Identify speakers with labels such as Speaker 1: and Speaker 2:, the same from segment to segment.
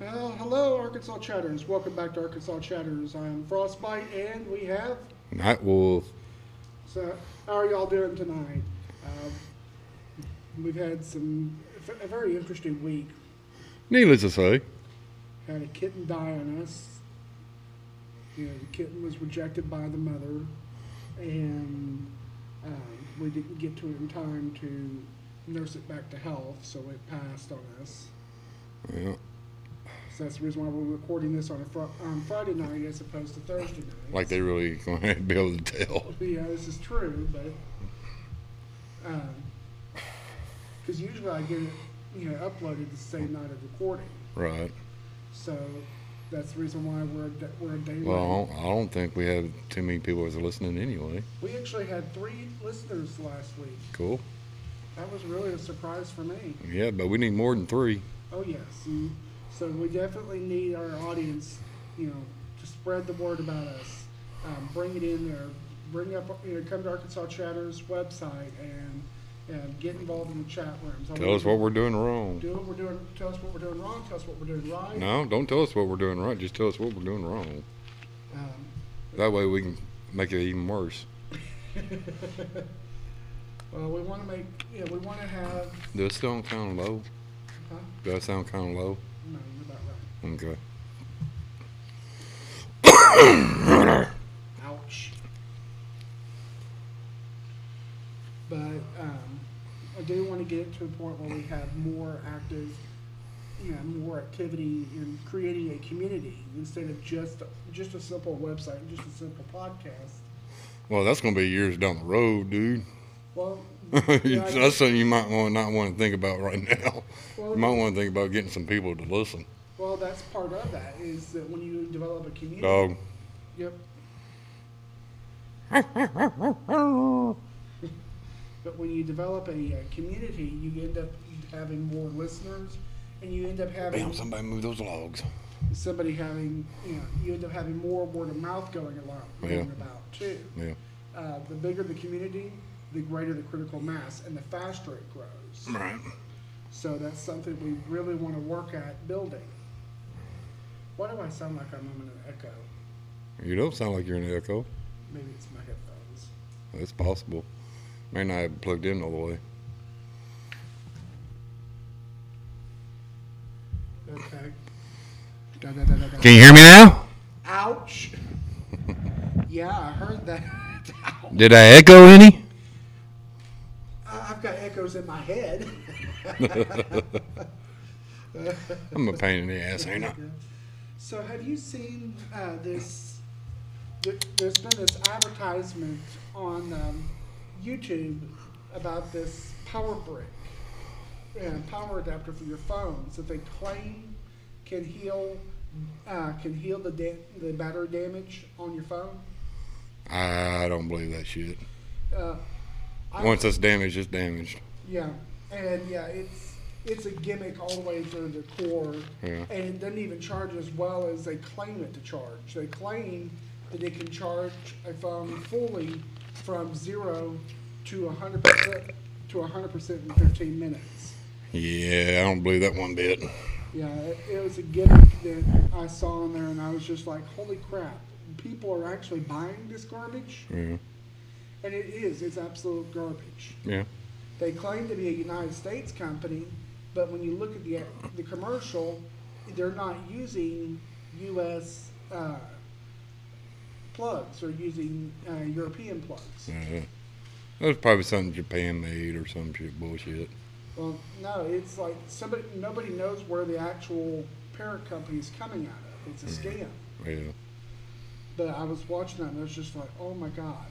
Speaker 1: Uh, Hello, Arkansas Chatters. Welcome back to Arkansas Chatters. I am Frostbite, and we have.
Speaker 2: Night Wolf.
Speaker 1: So, how are y'all doing tonight? Uh, we've had some a very interesting week.
Speaker 2: Needless to say,
Speaker 1: Had a kitten die on us. You know, the kitten was rejected by the mother, and um, we didn't get to it in time to nurse it back to health, so it passed on us.
Speaker 2: yeah,
Speaker 1: So that's the reason why we're recording this on a fr- on Friday night as opposed to Thursday night.
Speaker 2: like they really gonna be able to tell.
Speaker 1: Yeah, this is true, but because usually I get it, you know, uploaded the same night of recording,
Speaker 2: Right.
Speaker 1: so that's the reason why we're a da- we're a day late.
Speaker 2: Well, I don't, I don't think we have too many people that's listening anyway.
Speaker 1: We actually had three listeners last week.
Speaker 2: Cool.
Speaker 1: That was really a surprise for me.
Speaker 2: Yeah, but we need more than three.
Speaker 1: Oh yes,
Speaker 2: Mm-hmm.
Speaker 1: and so we definitely need our audience, you know, to spread the word about us, um, bring it in there, bring up, you know, come to Arkansas Chatter's website and and get involved in the chat rooms. I
Speaker 2: Tell
Speaker 1: mean,
Speaker 2: us what we're doing wrong.
Speaker 1: doing. We're doing. Tell us what we're doing wrong. Tell us what we're doing right.
Speaker 2: No, don't tell us what we're doing right. Just tell us what we're doing wrong.
Speaker 1: Um,
Speaker 2: That way we can make it even worse.
Speaker 1: well, we want to make. Yeah, we want to have.
Speaker 2: Does it sound kind of low?
Speaker 1: Huh?
Speaker 2: Does that sound kind of low?
Speaker 1: No, you're about right.
Speaker 2: Okay.
Speaker 1: Ouch. But um, I do want to get it to a point where we have more active, you know, more activity in creating a community instead of just just a simple website, just a simple podcast.
Speaker 2: Well, that's gonna be years down the road, dude.
Speaker 1: Well, yeah, I-
Speaker 2: that's something you might want not want to think about right now.
Speaker 1: well,
Speaker 2: You might want to think about getting some people to listen.
Speaker 1: well, that's part of that is that when you develop a community.
Speaker 2: Dog.
Speaker 1: Yep. But when you develop a, uh community, you end up having more listeners, and you end up having
Speaker 2: Bam, somebody move those logs.
Speaker 1: somebody having you know you end up having more word of mouth going a lot going
Speaker 2: Yeah.
Speaker 1: about too.
Speaker 2: Yeah.
Speaker 1: Uh, the bigger the community, the greater the critical mass, and the faster it grows.
Speaker 2: Right.
Speaker 1: So that's something we really want to work at building. Why do I sound like I'm in an echo?
Speaker 2: You don't sound like you're in an echo.
Speaker 1: Maybe it's my headphones.
Speaker 2: It's possible. May not have plugged in all the way.
Speaker 1: Okay. Da, da, da, da, da.
Speaker 2: you hear me now?
Speaker 1: Ouch. yeah, I heard that. Ow.
Speaker 2: Did I echo any?
Speaker 1: I- I've got echoes in my head.
Speaker 2: I'm a pain in the ass, ain't I?
Speaker 1: So, have you seen uh, this? th- There's been this advertisement on um, YouTube about this power brick and power adapter for your phones that they claim can heal uh, can heal the da- the battery damage on your phone.
Speaker 2: I don't believe that shit.
Speaker 1: Uh, I-
Speaker 2: Once it's damaged, it's damaged.
Speaker 1: Yeah, and yeah, it's it's a gimmick all the way through the core,
Speaker 2: Yeah.
Speaker 1: and it doesn't even charge as well as they claim it to charge. They claim that it can charge a phone fully from zero to hundred percent to hundred percent in fifteen minutes.
Speaker 2: Yeah, I don't believe that one bit.
Speaker 1: Yeah, it, it was a gimmick that I saw in there, and I was just like, "Holy crap! People are actually buying this garbage."
Speaker 2: Yeah.
Speaker 1: And it is, it's absolute garbage.
Speaker 2: Yeah.
Speaker 1: They claim to be a United States company, but when you look at the the commercial, they're not using U.S. Uh, plugs; they're using uh, European plugs.
Speaker 2: yeah. Uh, That was probably something Japan made or some shit bullshit.
Speaker 1: Well, no, it's like somebody nobody knows where the actual parent company is coming out of. It's a scam.
Speaker 2: Yeah.
Speaker 1: But I was watching that, and I was just like, "Oh my god!"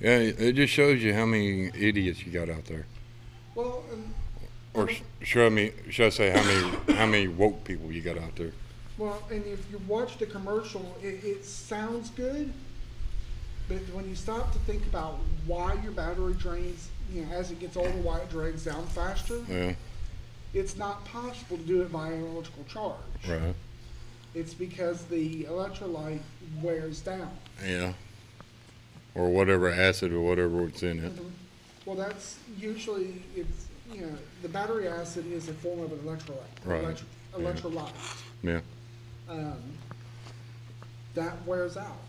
Speaker 2: Yeah, it it just shows you how many idiots you got out there.
Speaker 1: Well, and,
Speaker 2: Or sh- show me, should I say how many how many woke people you got out there?
Speaker 1: Well, and if you watch the commercial, it, it sounds good, but when you stop to think about why your battery drains, you know, as it gets older, why it drains down faster,
Speaker 2: Yeah,
Speaker 1: it's not possible to do it by an electrical charge.
Speaker 2: right.
Speaker 1: It's because the electrolyte wears down.
Speaker 2: Yeah. Or whatever acid or whatever it's in it.
Speaker 1: Well, that's usually it's you know, the battery acid is a form of an electrolyte,
Speaker 2: Right,
Speaker 1: elect-
Speaker 2: yeah.
Speaker 1: electrolyte.
Speaker 2: Yeah.
Speaker 1: Um, that wears out.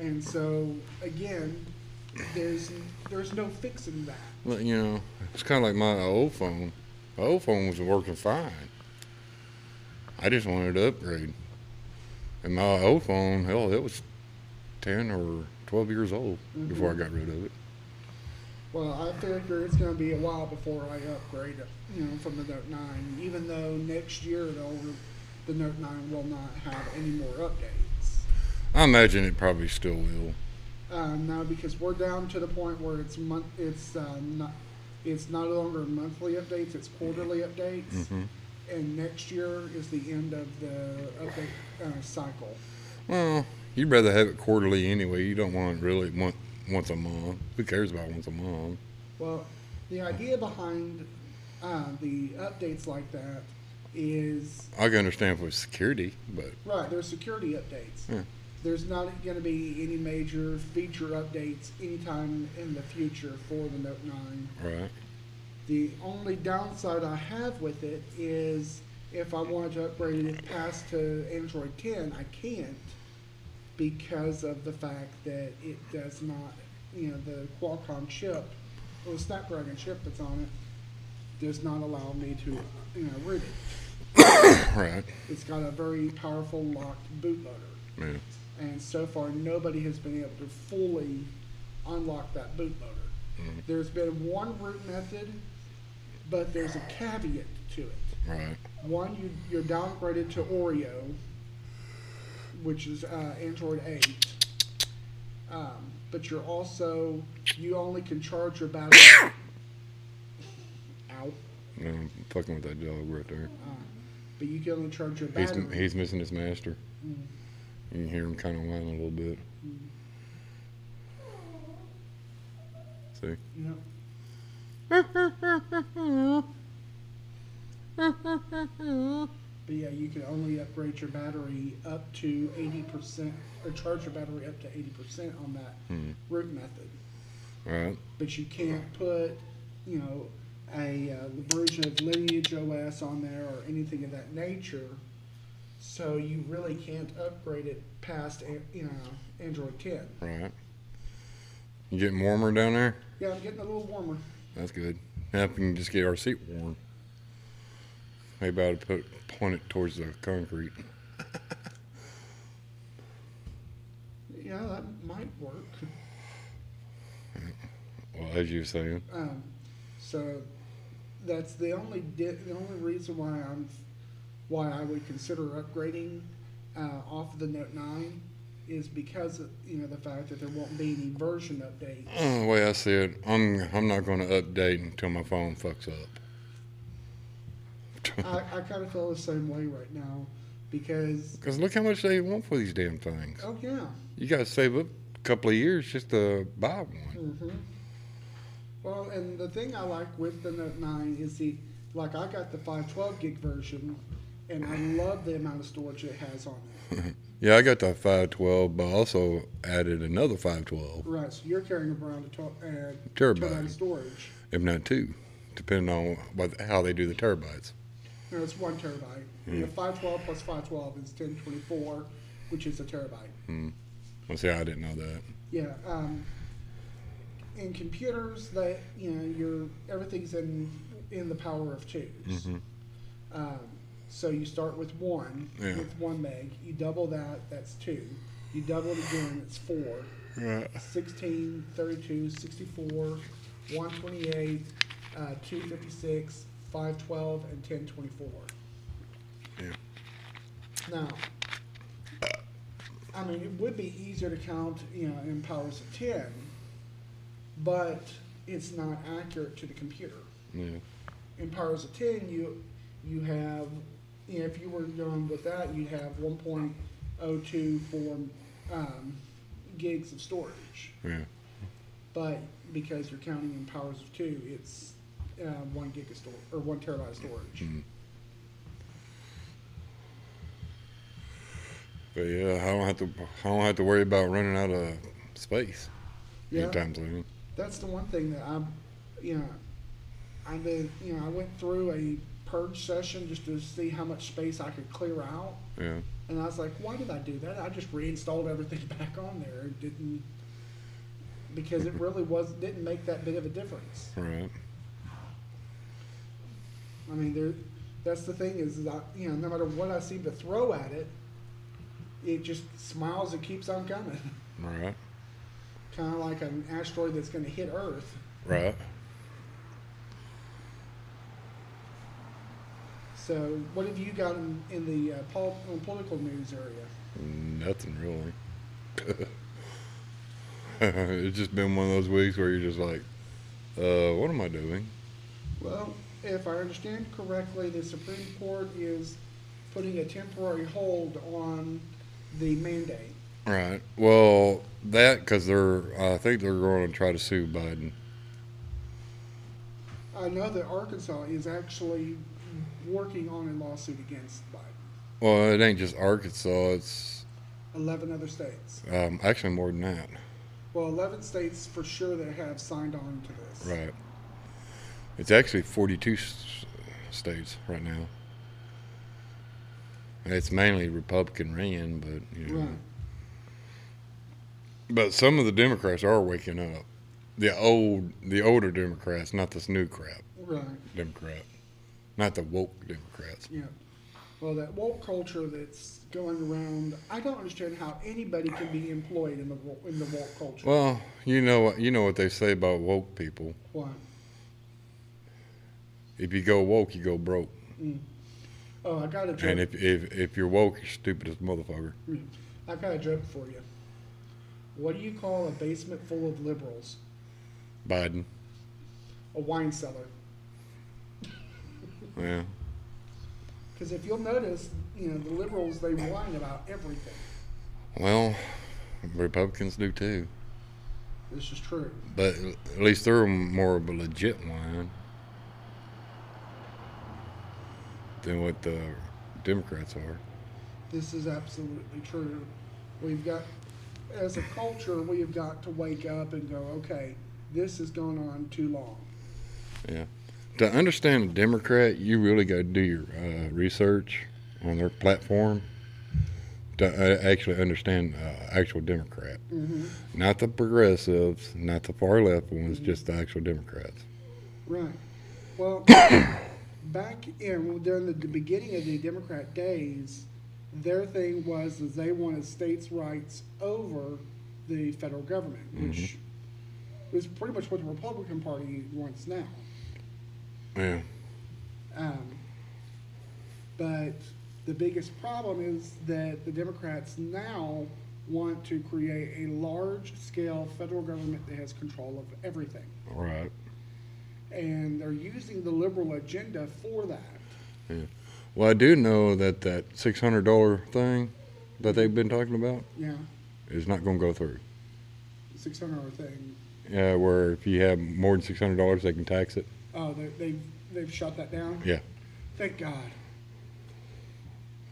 Speaker 1: And so, again, there's, there's no fixing that.
Speaker 2: Well, you know, it's kind of like my old phone. My old phone was working fine. I just wanted to upgrade. And my old phone, hell, it was 10 or 12 years old before I got rid of it.
Speaker 1: Well, I figure it's gonna be a while before I upgrade it, you know, from the Note nine, even though next year it'll, the Note nine will not have any more updates.
Speaker 2: I imagine it probably still will.
Speaker 1: Um, now because we're down to the point where it's month, it's, um, not, it's no longer monthly updates, it's quarterly updates.
Speaker 2: Mm-hmm.
Speaker 1: And next year is the end of the update, uh, cycle.
Speaker 2: Well, Hmm. you'd rather have it quarterly anyway. You don't want really one, once a month. Who cares about once a month?
Speaker 1: Well, the idea behind, uh, the updates like that is
Speaker 2: I can understand for security, but
Speaker 1: Right, there's security updates.
Speaker 2: Yeah.
Speaker 1: There's not going to be any major feature updates anytime in the future for the Note 9.
Speaker 2: all right.
Speaker 1: The only downside I have with it is if I wanted to upgrade it past to Android 10, I can't because of the fact that it does not, you know, the Qualcomm chip or the Snapdragon chip that's on it does not allow me to, you know, root it.
Speaker 2: All right.
Speaker 1: It's got a very powerful locked bootloader
Speaker 2: Yeah.
Speaker 1: and so far nobody has been able to fully unlock that boot motor.
Speaker 2: Mhm.
Speaker 1: There's been one root method, but there's a caveat to it.
Speaker 2: All right.
Speaker 1: One, you, you're downgraded to Oreo, which is uh, Android 8, um, but you're also you only can charge your battery. Ow.
Speaker 2: No, I'm fucking with that dog right there.
Speaker 1: Uh, but you can only charge your
Speaker 2: He's,
Speaker 1: battery.
Speaker 2: he's missing his master.
Speaker 1: Mm.
Speaker 2: You can hear him kind of whine a little bit. See?
Speaker 1: Yep. But yeah, you can only upgrade your battery up to eighty percent, or charge your battery up to eighty percent on that
Speaker 2: Hmm.
Speaker 1: root method.
Speaker 2: All right.
Speaker 1: But you can't put, you know, a uh, version of Lineage OS on there or anything of that nature. So you really can't upgrade it past, an- you know, Android ten.
Speaker 2: All right. You getting warmer down there?
Speaker 1: Yeah, I'm getting a little warmer.
Speaker 2: That's good. Now if we can just get our seat warm. Maybe I'd put point it towards the concrete.
Speaker 1: Yeah, that might work.
Speaker 2: Well, as you were saying.
Speaker 1: Um, so that's the only di- the only reason why I'm why I would consider upgrading uh, off of the Note Nine is because of, you know the fact that there won't be any version update.
Speaker 2: Uh, the way I see it, I'm I'm not going to update until my phone fucks up.
Speaker 1: I, I kind of feel the same way right now because
Speaker 2: Because look how much they want for these damn things.
Speaker 1: oh yeah,
Speaker 2: You got to save up a couple of years just to buy one.
Speaker 1: hmm well, and the thing I like with the Note Nine is the like I got the 512 gig version, and I love the amount of storage it has on it.
Speaker 2: Yeah, I got that 512, but I also added another 512,
Speaker 1: Right, so you're carrying around a to- uh,
Speaker 2: Terabyte.
Speaker 1: terabyte of storage.
Speaker 2: if not two, depending on what, how they do the terabytes.
Speaker 1: No, it's one terabyte.
Speaker 2: Hmm.
Speaker 1: You know, 512 plus 512 is 1024, which is a terabyte.
Speaker 2: Well, see, I didn't know that.
Speaker 1: Yeah. Um, in computers, that you know, you everything's in in the power of 2s
Speaker 2: Mm-hmm.
Speaker 1: Um, so you start with one
Speaker 2: Yeah.
Speaker 1: with one meg. You double that, that's two. You double it again, it's four.
Speaker 2: Right.
Speaker 1: 16, 32, 64, 128, uh, 256, 512, and 1024.
Speaker 2: Yeah.
Speaker 1: Now, I mean, it would be easier to count, you know, in powers of 10, but it's not accurate to the computer.
Speaker 2: Yeah.
Speaker 1: In powers of 10, you you have, you know, if you were going with that, you'd have 1.024 um, gigs of storage
Speaker 2: Yeah.
Speaker 1: but because you're counting in powers of two, it's uh, one gig of storage or one terabyte of storage.
Speaker 2: Mm. But yeah, I don't have to. I don't have to worry about running out of space
Speaker 1: Yeah,
Speaker 2: anytime soon.
Speaker 1: that's the one thing that I'm, you know, I did, you know, I went through a purge session just to see how much space I could clear out.
Speaker 2: Yeah.
Speaker 1: And I was like, why did I do that? I just reinstalled everything back on there. It didn't because it really was didn't make that big of a difference.
Speaker 2: Right.
Speaker 1: I mean, there. That's the thing is that you know, no matter what I seem to throw at it, it just smiles and keeps on coming.
Speaker 2: Right.
Speaker 1: kind of like an asteroid that's going to hit Earth.
Speaker 2: Right.
Speaker 1: So, what have you got in, in the uh, pol- on political news area?
Speaker 2: Nothing really. it's just been one of those weeks where you're just like, uh, what am I doing?
Speaker 1: Well, if I understand correctly, the Supreme Court is putting a temporary hold on the mandate.
Speaker 2: Right. Well, that because they're, I think they're going to try to sue Biden.
Speaker 1: I know that Arkansas is actually working on a lawsuit against Biden.
Speaker 2: Well, it ain't just Arkansas. It's
Speaker 1: Eleven other states.
Speaker 2: um, actually more than that.
Speaker 1: Well, eleven states for sure that have signed on to this.
Speaker 2: Right. It's actually 42 s- states right now. It's mainly Republican ran, but you know.
Speaker 1: Right.
Speaker 2: But some of the Democrats are waking up. The old, the older Democrats, not this new crap
Speaker 1: Right.
Speaker 2: Democrat, not the woke Democrats.
Speaker 1: Yeah. Well, that woke culture that's going around, I don't understand how anybody can be employed in the wo- in the woke culture.
Speaker 2: Well, you know what you know what they say about woke people.
Speaker 1: Why?
Speaker 2: If you go woke, you go broke,
Speaker 1: Oh, I got a
Speaker 2: and
Speaker 1: joke.
Speaker 2: if if, if you're woke, you're stupid as a motherfucker.
Speaker 1: I got a joke for you. What do you call a basement full of liberals?
Speaker 2: Biden,
Speaker 1: A wine cellar.
Speaker 2: yeah,
Speaker 1: Because if you'll notice, you know the liberals they whine about everything.
Speaker 2: Well, Republicans do too,
Speaker 1: This is true.
Speaker 2: but at least they're more of a legit one than what the Democrats are.
Speaker 1: This is absolutely true. We've got, as a culture, we have got to wake up and go, okay, this has gone on too long.
Speaker 2: Yeah, to understand a Democrat, you really got to do your uh, research on their platform to uh, actually understand uh, actual Democrat,
Speaker 1: hmm
Speaker 2: not the progressives, not the far left ones, just the actual Democrats.
Speaker 1: Right. Well, back in during the beginning of the Democrat days, their thing was is they wanted states' rights over the federal government, which is pretty much what the Republican Party wants now.
Speaker 2: Yeah,
Speaker 1: Um, but the biggest problem is that the Democrats now want to create a large-scale federal government that has control of everything,
Speaker 2: right.
Speaker 1: and they're using the liberal agenda for that.
Speaker 2: Well, I do know that that six hundred dollar thing that they've been talking about
Speaker 1: Yeah,
Speaker 2: is not going to go through.
Speaker 1: six hundred dollar thing.
Speaker 2: Yeah, uh, where if you have more than six hundred dollars, they can tax it.
Speaker 1: Oh, they, they've they've shut that down.
Speaker 2: Yeah.
Speaker 1: Thank God.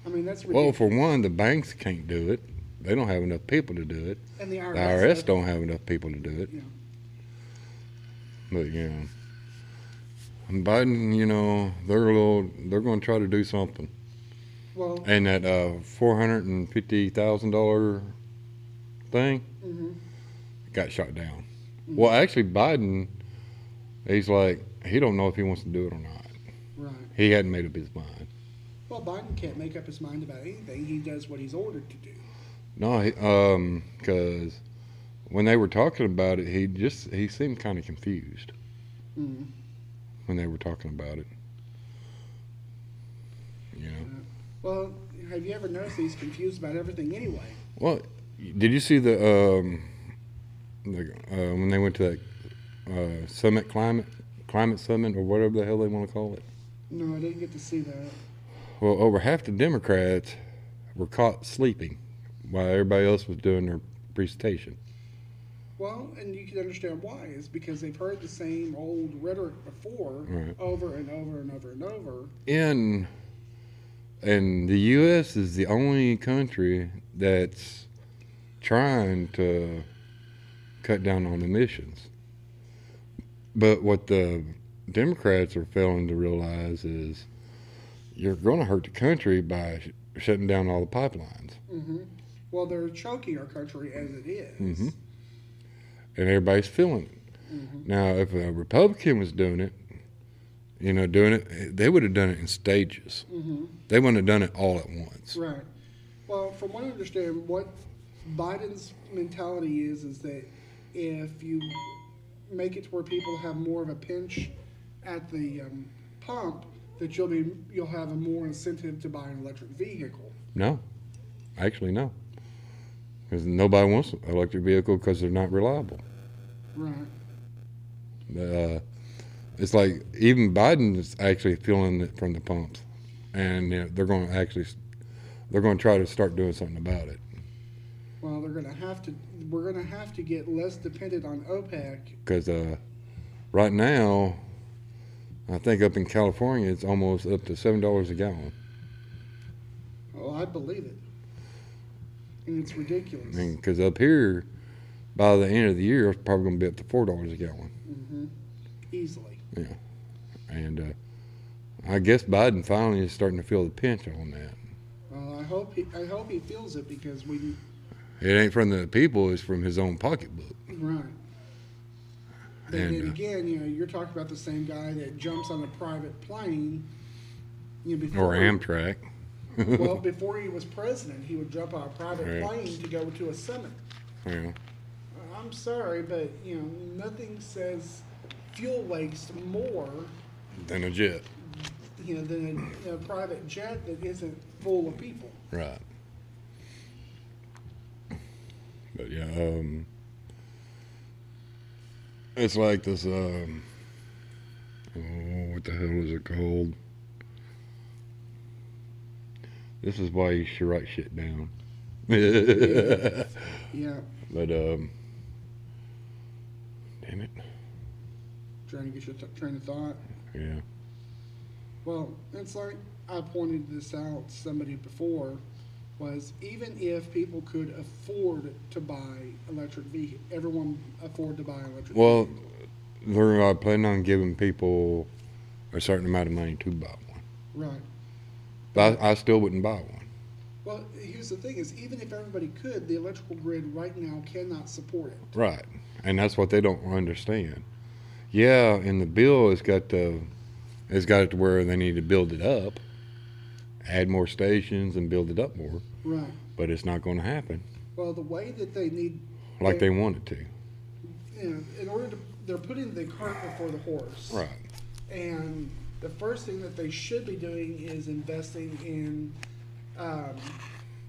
Speaker 1: I mean that's
Speaker 2: Well,
Speaker 1: ridiculous.
Speaker 2: for one, the banks can't do it. They don't have enough people to do it.
Speaker 1: and the
Speaker 2: The
Speaker 1: IRS,
Speaker 2: IRS don't have enough people to do it.
Speaker 1: Yeah,
Speaker 2: But you know, and Biden, you know, they're a little, they're going to try to do something.
Speaker 1: well,
Speaker 2: And that uh, four hundred and fifty thousand dollar thing
Speaker 1: mhm,
Speaker 2: got shot down. Well, actually, Biden, he's like, he don't know if he wants to do it or not.
Speaker 1: right.
Speaker 2: He hadn't made up his mind.
Speaker 1: Well, Biden can't make up his mind about anything. He does what he's ordered to do.
Speaker 2: No, he, um, because when they were talking about it, he just he seemed kind of confused
Speaker 1: Mm.
Speaker 2: when they were talking about it. You know.
Speaker 1: Well, have you ever noticed he's confused about everything anyway?
Speaker 2: Well, did you see the um, the uh, when they went to that uh, summit climate climate summit or whatever the hell they want to call it?
Speaker 1: No, I didn't get to see that.
Speaker 2: Well, over half the Democrats were caught sleeping while everybody else was doing their presentation.
Speaker 1: Well, and you can understand why is because they've heard the same old rhetoric before,
Speaker 2: Right.
Speaker 1: over and over and over and over.
Speaker 2: in and the U.S. is the only country that's trying to cut down on emissions. But what the Democrats are failing to realize is you're going to hurt the country by sh- shutting down all the pipelines.
Speaker 1: hmm Well, they're choking our country as it is.
Speaker 2: Mhm. and everybody's feeling it.
Speaker 1: Mhm.
Speaker 2: Now, if a Republican was doing it, you know, doing it, they would have done it in stages.
Speaker 1: Mhm.
Speaker 2: They wouldn't have done it all at once.
Speaker 1: Right. Well, from what I understand, what Biden's mentality is is that if you make it to where people have more of a pinch at the um, pump, that you'll be you'll have a more incentive to buy an electric vehicle.
Speaker 2: No, actually, no, because nobody wants an electric vehicle because they're not reliable.
Speaker 1: Right.
Speaker 2: Uh, it's like even Biden is actually feeling it from the pumps, and you know, they're going to actually they're going to try to start doing something about it.
Speaker 1: Well, they're gonna have to. We're gonna have to get less dependent on OPEC.
Speaker 2: because uh, right now, I think up in California, it's almost up to seven dollars a gallon.
Speaker 1: Oh, I believe it. And it's ridiculous.
Speaker 2: I mean, because up here, by the end of the year, it's probably going to be up to four dollars a gallon.
Speaker 1: hmm Easily.
Speaker 2: And uh, I guess Biden finally is starting to feel the pinch on that.
Speaker 1: Well, I hope he. I hope he feels it because we.
Speaker 2: It ain't from the people; it's from his own pocketbook.
Speaker 1: Right. But
Speaker 2: And,
Speaker 1: then
Speaker 2: uh,
Speaker 1: again, you know, you're talking about the same guy that jumps on a private plane. You know, before
Speaker 2: Or Amtrak.
Speaker 1: well, before he was president, he would jump on a private
Speaker 2: Right.
Speaker 1: plane to go to a summit.
Speaker 2: yeah.
Speaker 1: I'm sorry, but you know, nothing says fuel waste more
Speaker 2: Then a jet.
Speaker 1: you know than a, a private jet that isn't full of people.
Speaker 2: Right. But yeah, um, it's like this. Um, oh, what the hell is it called? This is why you should write shit down. but
Speaker 1: Yeah,
Speaker 2: um, damn it,
Speaker 1: trying to get your th- train of thought.
Speaker 2: yeah,
Speaker 1: Well, it's like I pointed this out to somebody before was even if people could afford to buy electric vehicles, everyone afford to buy electric
Speaker 2: Well,
Speaker 1: vehicle.
Speaker 2: they're uh, planning on giving people a certain amount of money to buy one,
Speaker 1: right.
Speaker 2: but I, I still wouldn't buy one.
Speaker 1: Well, here's the thing is even if everybody could, the electrical grid right now cannot support it.
Speaker 2: Right. And that's what they don't understand. Yeah, and the bill has got the has got it to where they need to build it up, add more stations and build it up more,
Speaker 1: Right.
Speaker 2: but it's not going to happen
Speaker 1: Well, the way that they need
Speaker 2: like they want it to.
Speaker 1: you know, in order to they're putting the cart before the horse. And the first thing that they should be doing is investing in um,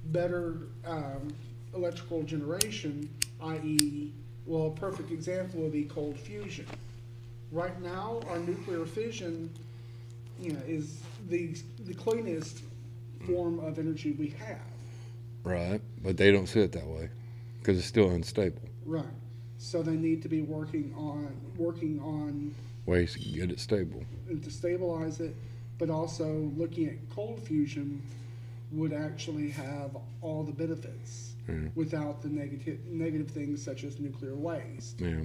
Speaker 1: better um, electrical generation, i.e., well, a perfect example would be cold fusion. Right now, our nuclear fission, you know, is the the cleanest form of energy we have.
Speaker 2: Right. But they don't see it that way because it's still unstable.
Speaker 1: Right. So they need to be working on working on
Speaker 2: Ways to get it stable.
Speaker 1: and to stabilize it, but also looking at cold fusion would actually have all the benefits
Speaker 2: Mhm.
Speaker 1: without the negative negative things such as nuclear waste.
Speaker 2: Yeah.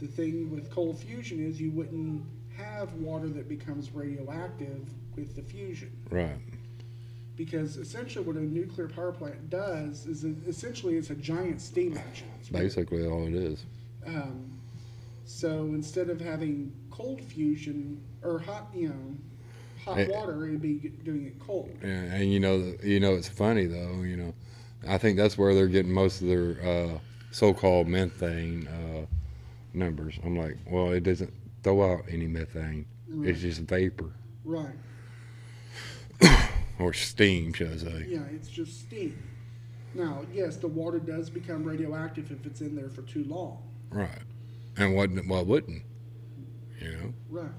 Speaker 1: The thing with cold fusion is you wouldn't have water that becomes radioactive with the fusion
Speaker 2: Right.
Speaker 1: because essentially what a nuclear power plant does is it, essentially it's a giant steam engine. It's really
Speaker 2: Basically all it is.
Speaker 1: Um, so instead of having cold fusion or hot, you know, hot
Speaker 2: Eh.
Speaker 1: water, it'd be doing it cold.
Speaker 2: And, and you know, you know, it's funny though. You know, I think that's where they're getting most of their uh, so-called methane uh, numbers. I'm like, well, it doesn't throw out any methane.
Speaker 1: Right.
Speaker 2: It's just vapor
Speaker 1: right.
Speaker 2: or steam, should I say?
Speaker 1: Yeah, it's just steam. Now, yes, the water does become radioactive if it's in there for too long.
Speaker 2: Right. And what? Why wouldn't? You know.
Speaker 1: Right.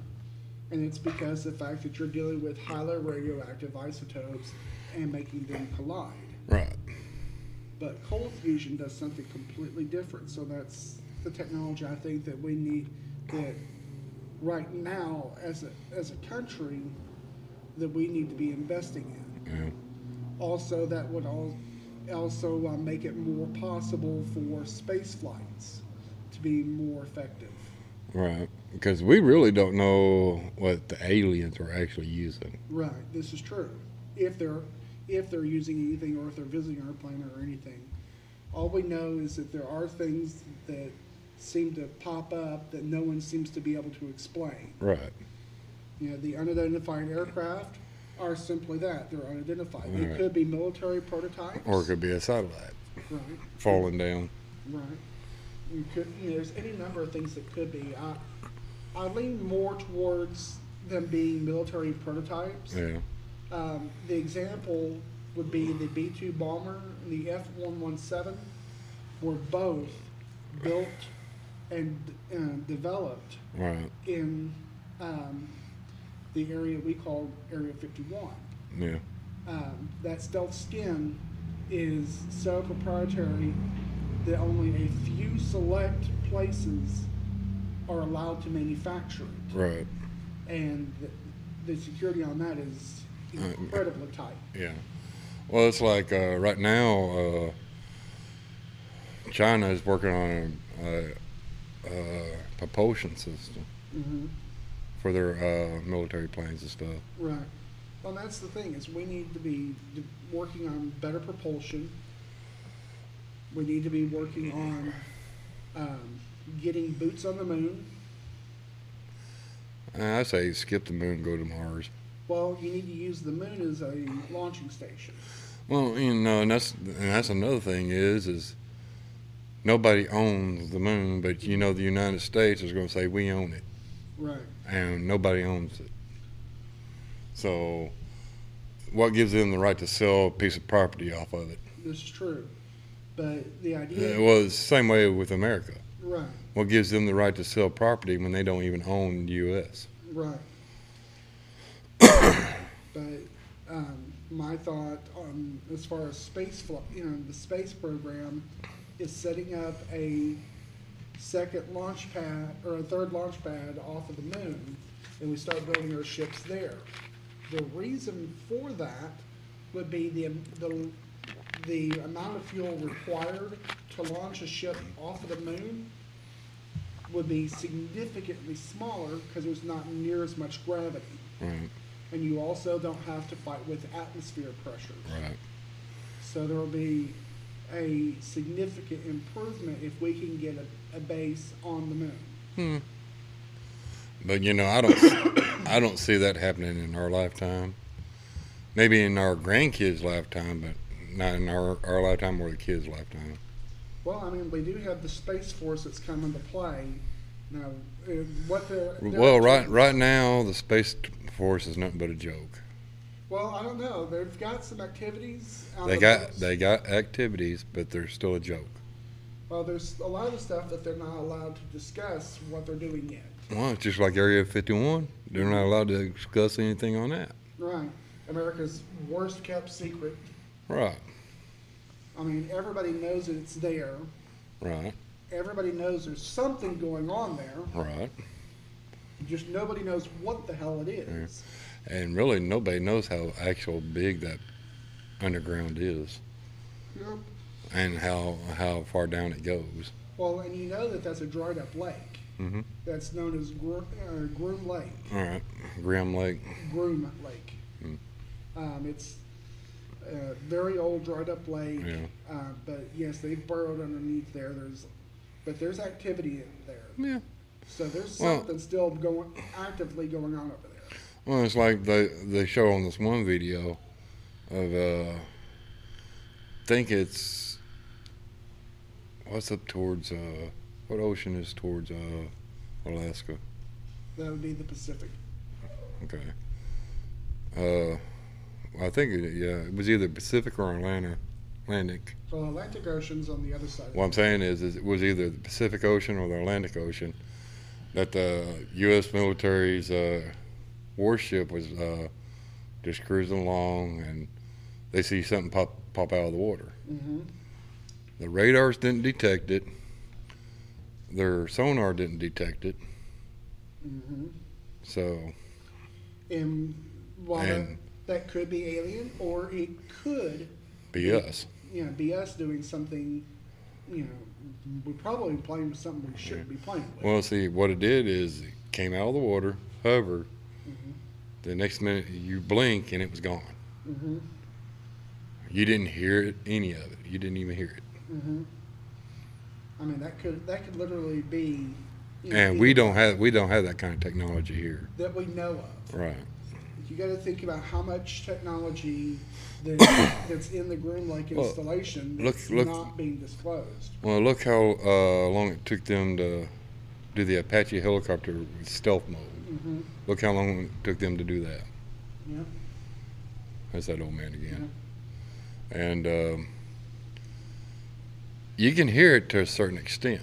Speaker 1: And it's because the fact that you're dealing with highly radioactive isotopes and making them collide.
Speaker 2: Right.
Speaker 1: But cold fusion does something completely different. So that's the technology I think that we need that right now as a as a country that we need to be investing in.
Speaker 2: Yeah.
Speaker 1: Also, that would all also uh, make it more possible for space flights to be more effective.
Speaker 2: Right. because we really don't know what the aliens are actually using.
Speaker 1: Right, this is true. If they're if they're using anything or if they're visiting our planet or anything, all we know is that there are things that seem to pop up that no one seems to be able to explain.
Speaker 2: Right.
Speaker 1: You know, the unidentified aircraft are simply that they're unidentified. They
Speaker 2: Right.
Speaker 1: could be military prototypes.
Speaker 2: Or it could be a satellite
Speaker 1: right,
Speaker 2: falling down.
Speaker 1: right. You could. You know, there's any number of things that could be. I, I lean more towards them being military prototypes.
Speaker 2: Yeah.
Speaker 1: Um, the example would be the B 2 bomber and the F 117 were both built and uh, developed
Speaker 2: Right.
Speaker 1: in um, the area we call Area 51.
Speaker 2: Yeah.
Speaker 1: Um, that stealth skin is so proprietary that only a few select places are allowed to manufacture it.
Speaker 2: Right.
Speaker 1: And the, the security on that is incredibly tight.
Speaker 2: Yeah. Well, it's like uh, right now, uh, China is working on a, a, a propulsion system
Speaker 1: hmm
Speaker 2: for their uh, military planes and stuff.
Speaker 1: Right. Well, that's the thing is we need to be d- working on better propulsion. We need to be working on um, getting boots on the moon.
Speaker 2: And I say skip the moon, go to Mars.
Speaker 1: Well, you need to use the moon as a launching station.
Speaker 2: Well, you know, and that's and that's another thing is is nobody owns the moon, but you know the United States is going to say we own it,
Speaker 1: Right.
Speaker 2: and nobody owns it. So, what gives them the right to sell a piece of property off of it?
Speaker 1: This is true. But the idea.
Speaker 2: It was the same way with America.
Speaker 1: Right.
Speaker 2: What gives them the right to sell property when they don't even own the U.S.?
Speaker 1: Right. but um, my thought on as far as space, fl- you know, the space program is setting up a second launch pad or a third launch pad off of the moon, and we start building our ships there. The reason for that would be the the the amount of fuel required to launch a ship off of the moon would be significantly smaller because there's not near as much gravity.
Speaker 2: Right,
Speaker 1: And you also don't have to fight with atmosphere pressures.
Speaker 2: right,
Speaker 1: So there will be a significant improvement if we can get a, a base on the moon.
Speaker 2: but you know, I don't, I don't see that happening in our lifetime. Maybe in our grandkids' lifetime, but not in our our lifetime or the kids' lifetime.
Speaker 1: Well, I mean, we do have the Space Force that's come into play. Now, uh, what the.
Speaker 2: Well, right right now, the space force is nothing but a joke.
Speaker 1: Well, I don't know. They've got some activities. out
Speaker 2: They
Speaker 1: of
Speaker 2: got
Speaker 1: those.
Speaker 2: they got activities, but they're still a joke.
Speaker 1: Well, there's a lot of stuff that they're not allowed to discuss what they're doing yet.
Speaker 2: Well, it's just like Area 51. They're not allowed to discuss anything on that.
Speaker 1: Right. America's worst kept secret.
Speaker 2: Right,
Speaker 1: I mean, everybody knows that it's there.
Speaker 2: right,
Speaker 1: Everybody knows there's something going on there.
Speaker 2: right.
Speaker 1: Just nobody knows what the hell it is.
Speaker 2: And really, nobody knows how actual big that underground is Mm.
Speaker 1: Yep.
Speaker 2: and how how far down it goes.
Speaker 1: Well, and you know that that's a dried up lake.
Speaker 2: Mm-hmm.
Speaker 1: That's known as Gr- uh, Groom Lake.
Speaker 2: All right, Graham Lake.
Speaker 1: Groom Lake.
Speaker 2: Mm.
Speaker 1: Um, it's a very old dried up lake.
Speaker 2: Yeah.
Speaker 1: Uh, but yes, they've burrowed underneath there. There's, but there's activity in there.
Speaker 2: Yeah.
Speaker 1: So there's
Speaker 2: Well-
Speaker 1: something still going actively going on over there.
Speaker 2: Well, it's like they they show on this one video of uh, think it's what's up towards uh, what ocean is towards uh, Alaska?
Speaker 1: That would be the Pacific.
Speaker 2: Okay. Uh, I think it, yeah, it was either Pacific or Atlanta, Atlantic.
Speaker 1: Well, Atlantic Ocean's on the other side.
Speaker 2: What I'm saying is, is it was either the Pacific Ocean or the Atlantic Ocean that the U.S. military's uh, warship was uh, just cruising along, and they see something pop pop out of the water.
Speaker 1: hmm
Speaker 2: The radars didn't detect it. Their sonar didn't detect it.
Speaker 1: hmm
Speaker 2: So
Speaker 1: And while
Speaker 2: And-
Speaker 1: that, that could be alien, or it could,
Speaker 2: be us.
Speaker 1: you know, be us doing something. You know, we probably playing with something we shouldn't be playing with.
Speaker 2: Well, see, what it did is it came out of the water, hovered. The next minute, you blink and it was gone.
Speaker 1: Mm-hmm.
Speaker 2: You didn't hear it, any of it. You didn't even hear it.
Speaker 1: Mm-hmm. I mean, that could that could literally be. you know,
Speaker 2: And we
Speaker 1: either-
Speaker 2: don't have we don't have that kind of technology here.
Speaker 1: that we know of.
Speaker 2: Right.
Speaker 1: You got to think about how much technology that, that's in the Groom Lake
Speaker 2: Well,
Speaker 1: installation
Speaker 2: look-
Speaker 1: that's
Speaker 2: look-
Speaker 1: not being disclosed.
Speaker 2: Well, look how uh, long it took them to do the Apache helicopter with stealth mode.
Speaker 1: Mm-hmm.
Speaker 2: Look how long it took them to do that.
Speaker 1: Yeah.
Speaker 2: That's that old man again.
Speaker 1: Mm-hmm.
Speaker 2: And um, you can hear it to a certain extent.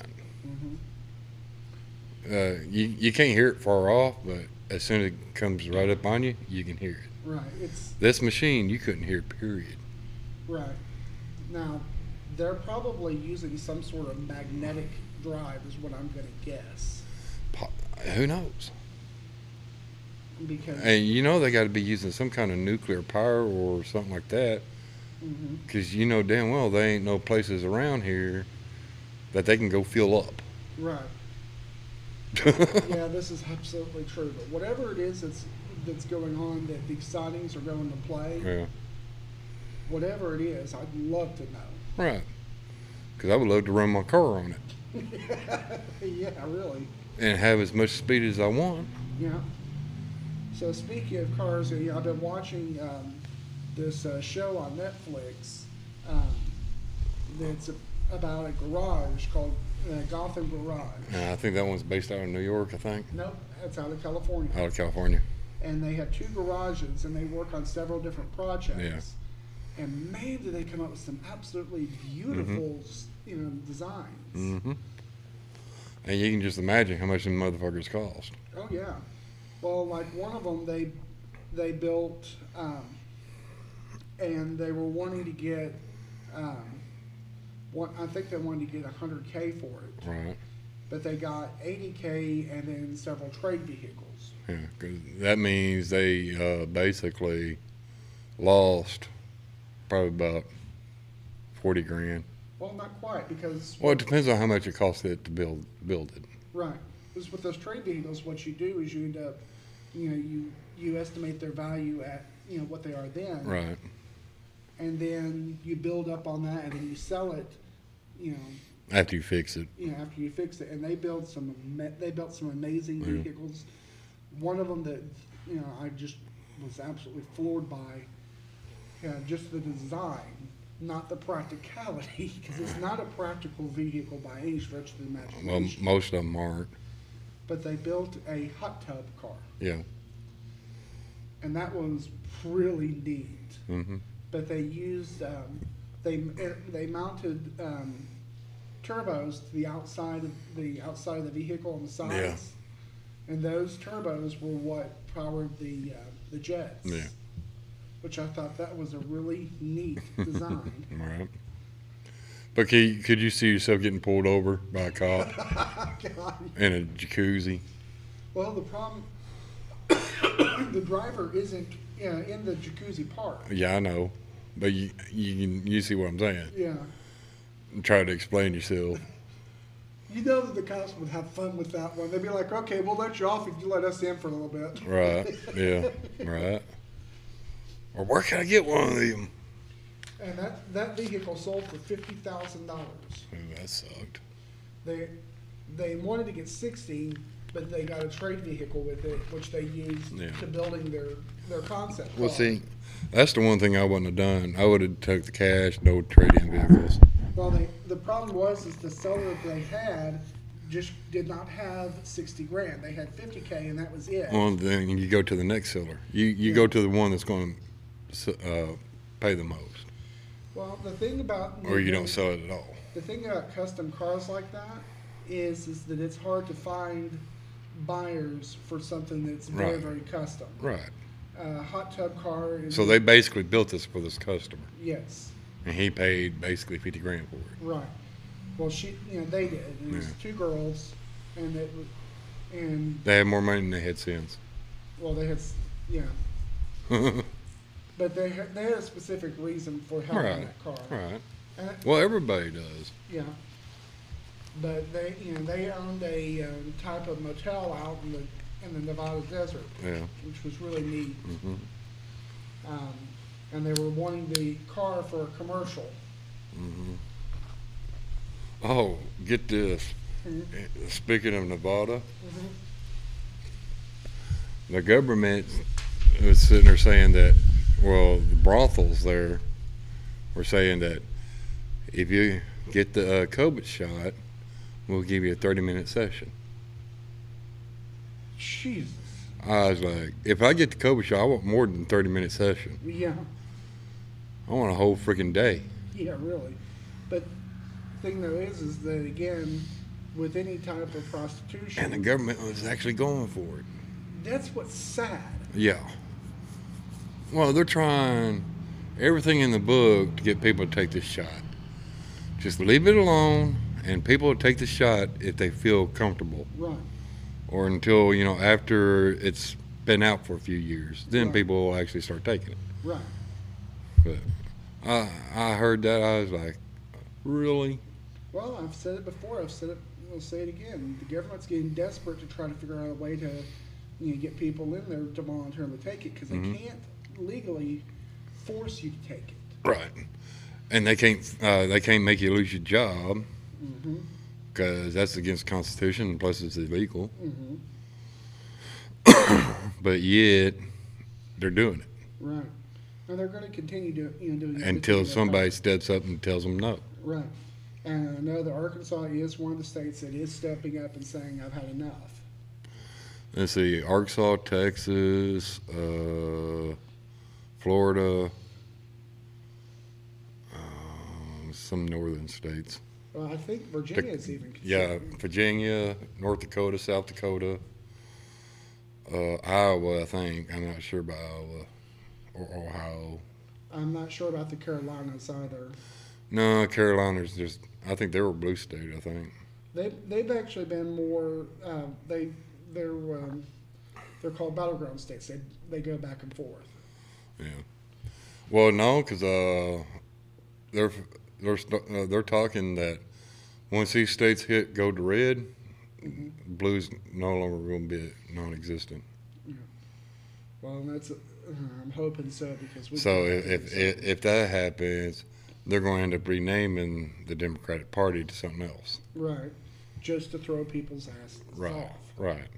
Speaker 1: Mm-hmm.
Speaker 2: Uh, you you can't hear it far off, but as soon as it comes right up on you, you can hear it.
Speaker 1: Right. It's
Speaker 2: This machine you couldn't hear. Period.
Speaker 1: right. Now, they're probably using some sort of magnetic drive, is what I'm going to guess,
Speaker 2: Po- Who knows?
Speaker 1: because.
Speaker 2: And you know they got to be using some kind of nuclear power or something like that,
Speaker 1: Mhm.
Speaker 2: because you know damn well they ain't no places around here that they can go fill up.
Speaker 1: Right. yeah, this is absolutely true. But whatever it is that's that's going on, that these sightings are going to play,
Speaker 2: yeah.
Speaker 1: whatever it is, I'd love to know.
Speaker 2: Right. Because I would love to run my car on it
Speaker 1: yeah, really.
Speaker 2: and have as much speed as I want.
Speaker 1: Yeah. So speaking of cars, you know, I've been watching um, this uh, show on Netflix um, that's about a garage called uh, Gotham Garage.
Speaker 2: And I think that one's based out of New York, I think,
Speaker 1: Nope, that's out of California.
Speaker 2: out of California.
Speaker 1: and they have two garages and they work on several different projects. And man, do they come up with some absolutely beautiful, s you know, designs.
Speaker 2: hmm And you can just imagine how much them motherfuckers cost.
Speaker 1: Oh yeah. Well, like one of them, they they built, um, and they were wanting to get, um, one, I think they wanted to get 100k for it,
Speaker 2: Right.
Speaker 1: but they got 80k and then several trade vehicles.
Speaker 2: Yeah. 'Cause that means they uh, basically lost probably about 40 grand.
Speaker 1: Well, not quite because
Speaker 2: Well, it depends on how much it cost it to build build it.
Speaker 1: Right. Because with those trade vehicles, what you do is you end up, you know, you you estimate their value at you know what they are then,
Speaker 2: Right.
Speaker 1: and then you build up on that, and then you sell it, you know,
Speaker 2: After you fix it.
Speaker 1: you know after you fix it. And they build some ama- they built some amazing
Speaker 2: Yeah.
Speaker 1: vehicles. One of them that you know I just was absolutely floored by, you know, just the design. Not the practicality, because it's not a practical vehicle by any stretch of the imagination.
Speaker 2: Well, most of them aren't.
Speaker 1: but they built a hot tub car,
Speaker 2: Yeah.
Speaker 1: and that was really neat.
Speaker 2: hmm
Speaker 1: But they used um, they they mounted um, turbos to the outside of the outside of the vehicle on the sides, and those turbos were what powered the uh, the jets.
Speaker 2: Yeah.
Speaker 1: Which I thought that was a really neat design.
Speaker 2: All right. But could you, could you see yourself getting pulled over by a cop
Speaker 1: God.
Speaker 2: in a jacuzzi?
Speaker 1: Well, the problem the driver isn't you know, in the jacuzzi park.
Speaker 2: Yeah, I know. But you you can you see what I'm saying?
Speaker 1: Yeah.
Speaker 2: Try to explain yourself.
Speaker 1: You know that the cops would have fun with that one. They'd be like, okay, we'll let you off if you let us in for a little bit.
Speaker 2: Right. Yeah. Right. Or where can I get one of them?
Speaker 1: And that, that vehicle sold for fifty thousand dollars.
Speaker 2: Ooh, that sucked.
Speaker 1: They they wanted to get sixty, but they got a trade vehicle with it, which they used
Speaker 2: Yeah.
Speaker 1: to building their their concept.
Speaker 2: Well,
Speaker 1: car.
Speaker 2: see, that's the one thing I wouldn't have done. I would have took the cash, no trade-in vehicles.
Speaker 1: Well, they, the problem was is the seller that they had just did not have sixty grand. They had fifty k, and that was it.
Speaker 2: Well, then you go to the next seller. You you go to the one that's going to uh, pay the most,
Speaker 1: Well, the thing about
Speaker 2: or you don't sell it at all.
Speaker 1: The thing about custom cars like that is, is that it's hard to find buyers for something that's very,
Speaker 2: Right.
Speaker 1: very custom.
Speaker 2: Right.
Speaker 1: Uh, hot tub car is.
Speaker 2: So they basically built this for this customer,
Speaker 1: Yes,
Speaker 2: and he paid basically fifty grand for it.
Speaker 1: right. Well, she, you know, they did. It was
Speaker 2: Yeah.
Speaker 1: two girls, and it, was- and
Speaker 2: They had more money than they had sense.
Speaker 1: well, they had, s- yeah, but they had, they had a specific reason for having
Speaker 2: Right.
Speaker 1: that car.
Speaker 2: Right.
Speaker 1: And it-
Speaker 2: Well, everybody does.
Speaker 1: Yeah. But they, you know, they owned a um, type of motel out in the in the Nevada desert,
Speaker 2: Yeah.
Speaker 1: which was really neat.
Speaker 2: hmm
Speaker 1: Um, and they were wanting the car for a commercial.
Speaker 2: hmm Oh, get this. Eh, Speaking of Nevada, the government was sitting there saying that, well, the brothels there were saying that if you get the uh, COVID shot, we'll give you a 30 minute session.
Speaker 1: Jesus.
Speaker 2: I was like, if I get the COVID shot, I want more than 30 minute session.
Speaker 1: Yeah.
Speaker 2: I want a whole freaking day.
Speaker 1: Yeah, really. But thing though is, is that again, with any type of prostitution,
Speaker 2: And the government was actually going for it.
Speaker 1: that's what's sad.
Speaker 2: Yeah. Well, they're trying everything in the book to get people to take this shot. Just leave it alone, and people will take the shot if they feel comfortable,
Speaker 1: Right.
Speaker 2: or until you know after it's been out for a few years. Then
Speaker 1: Right.
Speaker 2: people will actually start taking it.
Speaker 1: Right.
Speaker 2: But I I heard that I was like, really?
Speaker 1: Well, I've said it before. I've said it. I'll say it again. The government's getting desperate to try to figure out a way to, you know, get people in there to voluntarily take it because
Speaker 2: Mhm.
Speaker 1: they can't legally force you to take it.
Speaker 2: Right. And they can't uh, they can't make you lose your job
Speaker 1: Mm-hmm.
Speaker 2: because that's against the Constitution and plus it's illegal.
Speaker 1: Mm-hmm.
Speaker 2: But yet they're doing it.
Speaker 1: Right. And they're going to continue to, you know, doing it
Speaker 2: until
Speaker 1: with the-
Speaker 2: somebody steps up and tells them no.
Speaker 1: Right. And I know that Arkansas is one of the states that is stepping up and saying, I've had enough.
Speaker 2: Let's see, Arkansas, Texas, uh, Florida, um, some northern states.
Speaker 1: Well, I think Virginia is even
Speaker 2: Yeah,
Speaker 1: considering.
Speaker 2: Virginia, North Dakota, South Dakota, uh, Iowa. I think I'm not sure about Iowa or Ohio.
Speaker 1: I'm not sure about the Carolinas either.
Speaker 2: No, Carolina's just. I think they were blue state. I think.
Speaker 1: They, they've actually been more, um, they, they're, um, they're called battleground states. They, they go back and forth.
Speaker 2: Yeah. Well, no, because uh, they're they're st- uh, they're talking that once these states hit go to red, blue's no longer going to be non-existent.
Speaker 1: Well, and that's, uh, I'm hoping so because we.
Speaker 2: So if if, if if that happens, they're going to end up renaming the Democratic Party to something else.
Speaker 1: Right. Just to throw people's asses
Speaker 2: Right.
Speaker 1: off.
Speaker 2: Right.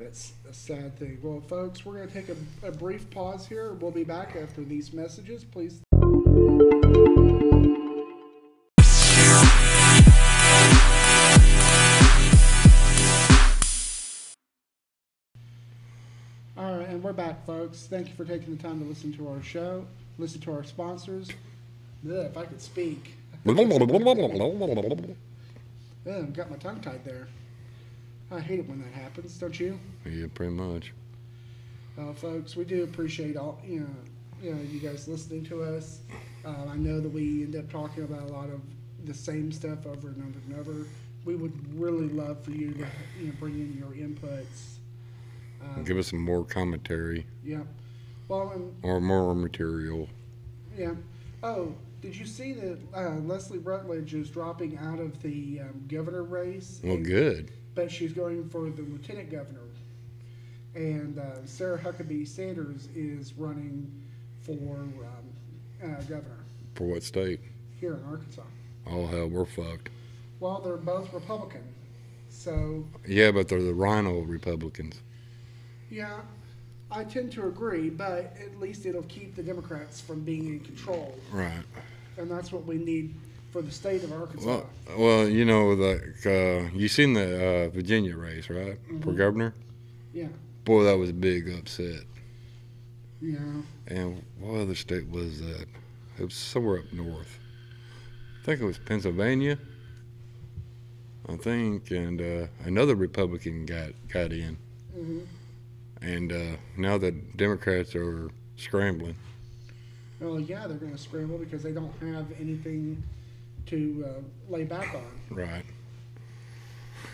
Speaker 1: That's a sad thing. Well, folks, we're going to take a, a brief pause here. We'll be back after these messages. Please. All right, and we're back, folks. Thank you for taking the time to listen to our show, listen to our sponsors. Ugh, if I could speak. Ugh, got my tongue tied there. I hate it when that happens, don't you?
Speaker 2: Yeah, pretty much.
Speaker 1: Uh, folks, we do appreciate all you know, you know, you guys listening to us. Uh, I know that we end up talking about a lot of the same stuff over and over and over. We would really love for you to you know, bring in your inputs. Um,
Speaker 2: Give us some more commentary
Speaker 1: yeah. Well, and
Speaker 2: or more material.
Speaker 1: yeah. Oh, did you see that uh, Leslie Rutledge is dropping out of the um, governor race?
Speaker 2: Well,
Speaker 1: And-
Speaker 2: good.
Speaker 1: but she's going for the lieutenant governor. And uh, Sarah Huckabee Sanders is running for um, uh, governor
Speaker 2: For what state?
Speaker 1: here in Arkansas.
Speaker 2: Oh hell, we're fucked.
Speaker 1: Well, they're both Republican. So,
Speaker 2: Yeah, but they're the Rhino Republicans.
Speaker 1: yeah, I tend to agree, but at least it'll keep the Democrats from being in control.
Speaker 2: Right.
Speaker 1: And that's what we need for the state of Arkansas.
Speaker 2: Well, well, you know, like uh, you seen the uh, Virginia race, right, for
Speaker 1: Mhm.
Speaker 2: governor?
Speaker 1: yeah,
Speaker 2: Boy, that was a big upset.
Speaker 1: yeah.
Speaker 2: And what other state was that? It was somewhere up north. I think it was Pennsylvania. I think, and uh, another Republican got got in,
Speaker 1: hmm
Speaker 2: and uh, now the Democrats are scrambling.
Speaker 1: Well, yeah, they're going to scramble because they don't have anything to uh, lay back on.
Speaker 2: Right.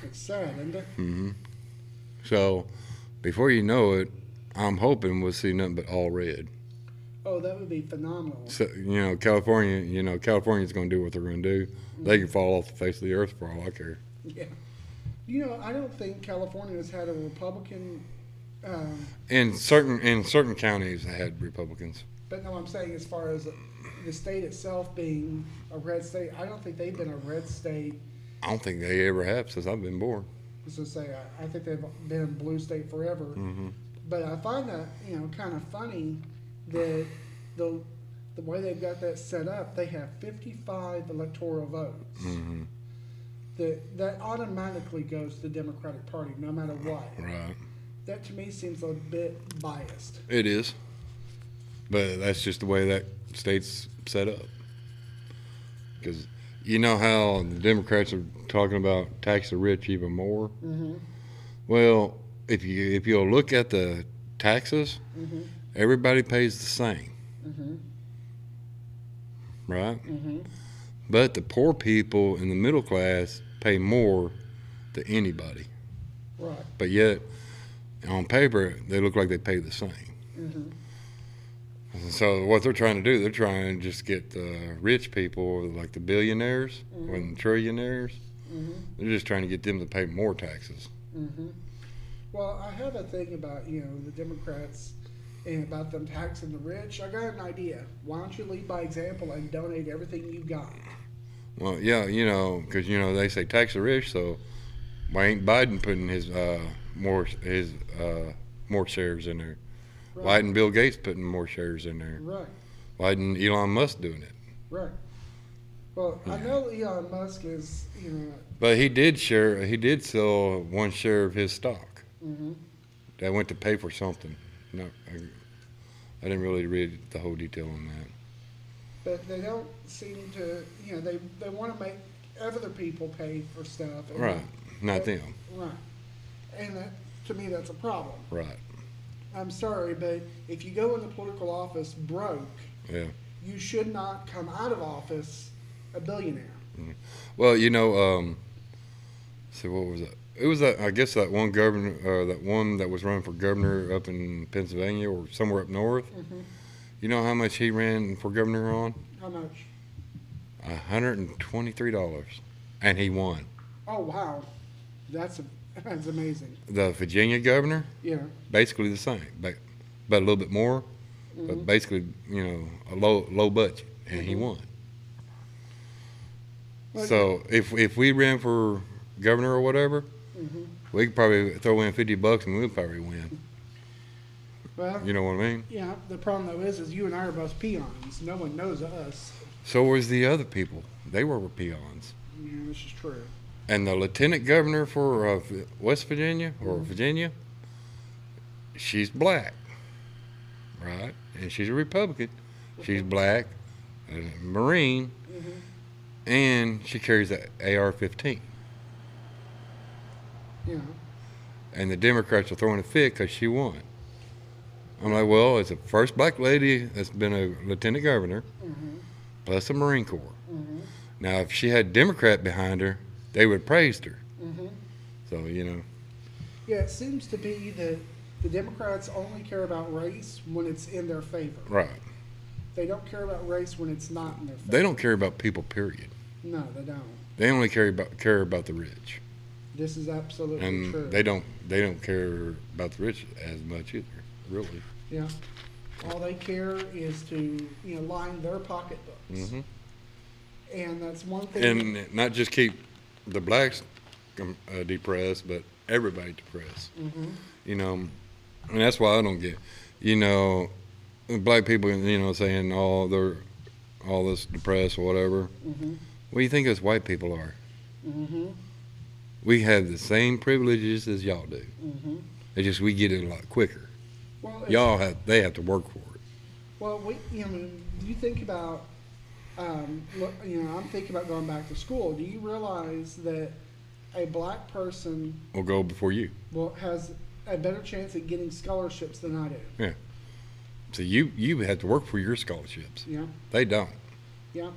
Speaker 1: It's sad, isn't it?
Speaker 2: hmm So, before you know it, I'm hoping we'll see nothing but all red.
Speaker 1: Oh, that would be phenomenal.
Speaker 2: So, you know, California, you know, California's going to do what they're going to do. They can fall off the face of the earth for all I care.
Speaker 1: Yeah. You know, I don't think California has had a Republican. Um,
Speaker 2: In certain in certain counties, they had Republicans.
Speaker 1: but no, I'm saying as far as the state itself being a red state, I don't think they've been a red state.
Speaker 2: I don't think they ever have since I've been born.
Speaker 1: So say I, I think they've been a blue state forever.
Speaker 2: Mhm.
Speaker 1: But I find that you know kind of funny that the the way they've got that set up, they have 55 electoral votes.
Speaker 2: Mhm.
Speaker 1: That that automatically goes to the Democratic Party, no matter what.
Speaker 2: Right.
Speaker 1: That to me seems a bit biased.
Speaker 2: It is. But that's just the way that state's set up. Because you know how the Democrats are talking about tax the rich even more.
Speaker 1: Mm-hmm.
Speaker 2: Well, if you if you'll look at the taxes,
Speaker 1: Mm-hmm.
Speaker 2: everybody pays the same,
Speaker 1: Mm-hmm.
Speaker 2: right?
Speaker 1: Mm-hmm.
Speaker 2: But the poor people and the middle class pay more to anybody.
Speaker 1: Right.
Speaker 2: But yet, on paper, they look like they pay the same.
Speaker 1: Mm-hmm.
Speaker 2: So what they're trying to do, they're trying to just get the rich people, like the billionaires and trillionaires,
Speaker 1: Mm-hmm.
Speaker 2: they're just trying to get them to pay more taxes.
Speaker 1: Mm-hmm. Well, I have a thing about you know the Democrats and about them taxing the rich. I got an idea. Why don't you lead by example and donate everything you got?
Speaker 2: Well, yeah, you know, because you know they say tax the rich, so why ain't Biden putting his uh, more his uh, more shares in there? Why
Speaker 1: Right.
Speaker 2: isn't Bill Gates putting more shares in there?
Speaker 1: Right.
Speaker 2: Why isn't Elon Musk doing it?
Speaker 1: Right. Well, I know Elon Musk is you know.
Speaker 2: But he did share. He did sell one share of his stock
Speaker 1: Mm-hmm.
Speaker 2: that went to pay for something. No, I, I didn't really read the whole detail on that.
Speaker 1: But they don't seem to you know they they want to make other people pay for stuff. and-
Speaker 2: Right. Not them.
Speaker 1: Right. And that, to me, that's a problem.
Speaker 2: Right.
Speaker 1: I'm sorry, but if you go into political office broke,
Speaker 2: Yeah.
Speaker 1: you should not come out of office a billionaire.
Speaker 2: Well, you know, um, so what was it? It was that I guess that one governor, uh, that one that was running for governor up in Pennsylvania or somewhere up north.
Speaker 1: Mhm.
Speaker 2: You know how much he ran for governor on?
Speaker 1: How much?
Speaker 2: A hundred and twenty-three dollars, and he won.
Speaker 1: Oh wow, that's a, that's amazing.
Speaker 2: The Virginia governor,
Speaker 1: Yeah.
Speaker 2: basically the same, but but a little bit more, but basically you know a low low budget, and he
Speaker 1: Mhm.
Speaker 2: won.
Speaker 1: Well,
Speaker 2: So if if we ran for governor or whatever,
Speaker 1: hmm
Speaker 2: we could probably throw in fifty bucks and we'd probably win.
Speaker 1: Well,
Speaker 2: You know what I mean?
Speaker 1: yeah. The problem though is, is you and I are both peons. No one knows us.
Speaker 2: So was the other people. They were peons.
Speaker 1: Yeah, this is true.
Speaker 2: And the lieutenant governor for uh, V- West Virginia or
Speaker 1: Mm-hmm.
Speaker 2: Virginia, she's black, right? And she's a Republican. She's black, a Marine,
Speaker 1: Mhm.
Speaker 2: and she carries an AR-15.
Speaker 1: Yeah.
Speaker 2: And the Democrats are throwing a fit because she won. I'm like, well, it's the first black lady that's been a lieutenant governor,
Speaker 1: Mm-hmm.
Speaker 2: plus a Marine Corps.
Speaker 1: Mm-hmm.
Speaker 2: Now, if she had Democrat behind her, they would have praised her.
Speaker 1: Mm-hmm.
Speaker 2: So you know,
Speaker 1: Yeah, it seems to be that the Democrats only care about race when it's in their favor.
Speaker 2: right?
Speaker 1: They don't care about race when it's not in their favor.
Speaker 2: They don't care about people. Period.
Speaker 1: No, they don't.
Speaker 2: They only care about care about the rich,
Speaker 1: This is absolutely
Speaker 2: and
Speaker 1: true.
Speaker 2: they don't they don't care about the rich as much either. Really.
Speaker 1: yeah. All they care is to, you know, line their pocketbooks.
Speaker 2: hmm
Speaker 1: And that's one thing.
Speaker 2: And not just keep the blacks um, uh, depressed, but everybody depressed.
Speaker 1: Mhm.
Speaker 2: You know, and that's why I don't get. You know, the black people. You know, saying all they're all this depressed or whatever.
Speaker 1: Mhm.
Speaker 2: What do you think us white people are?
Speaker 1: Mhm.
Speaker 2: We have the same privileges as y'all do.
Speaker 1: Mhm.
Speaker 2: It's just we get it a lot quicker.
Speaker 1: Well, it's-
Speaker 2: Y'all have they have to work for it.
Speaker 1: Well, we, you know, you think about, um, look, you know, I'm thinking about going back to school. Do you realize that a black person
Speaker 2: We'll go before you.
Speaker 1: will, has a better chance at getting scholarships than I do?
Speaker 2: So you you have to work for your scholarships.
Speaker 1: Yeah,
Speaker 2: They don't,
Speaker 1: yeah.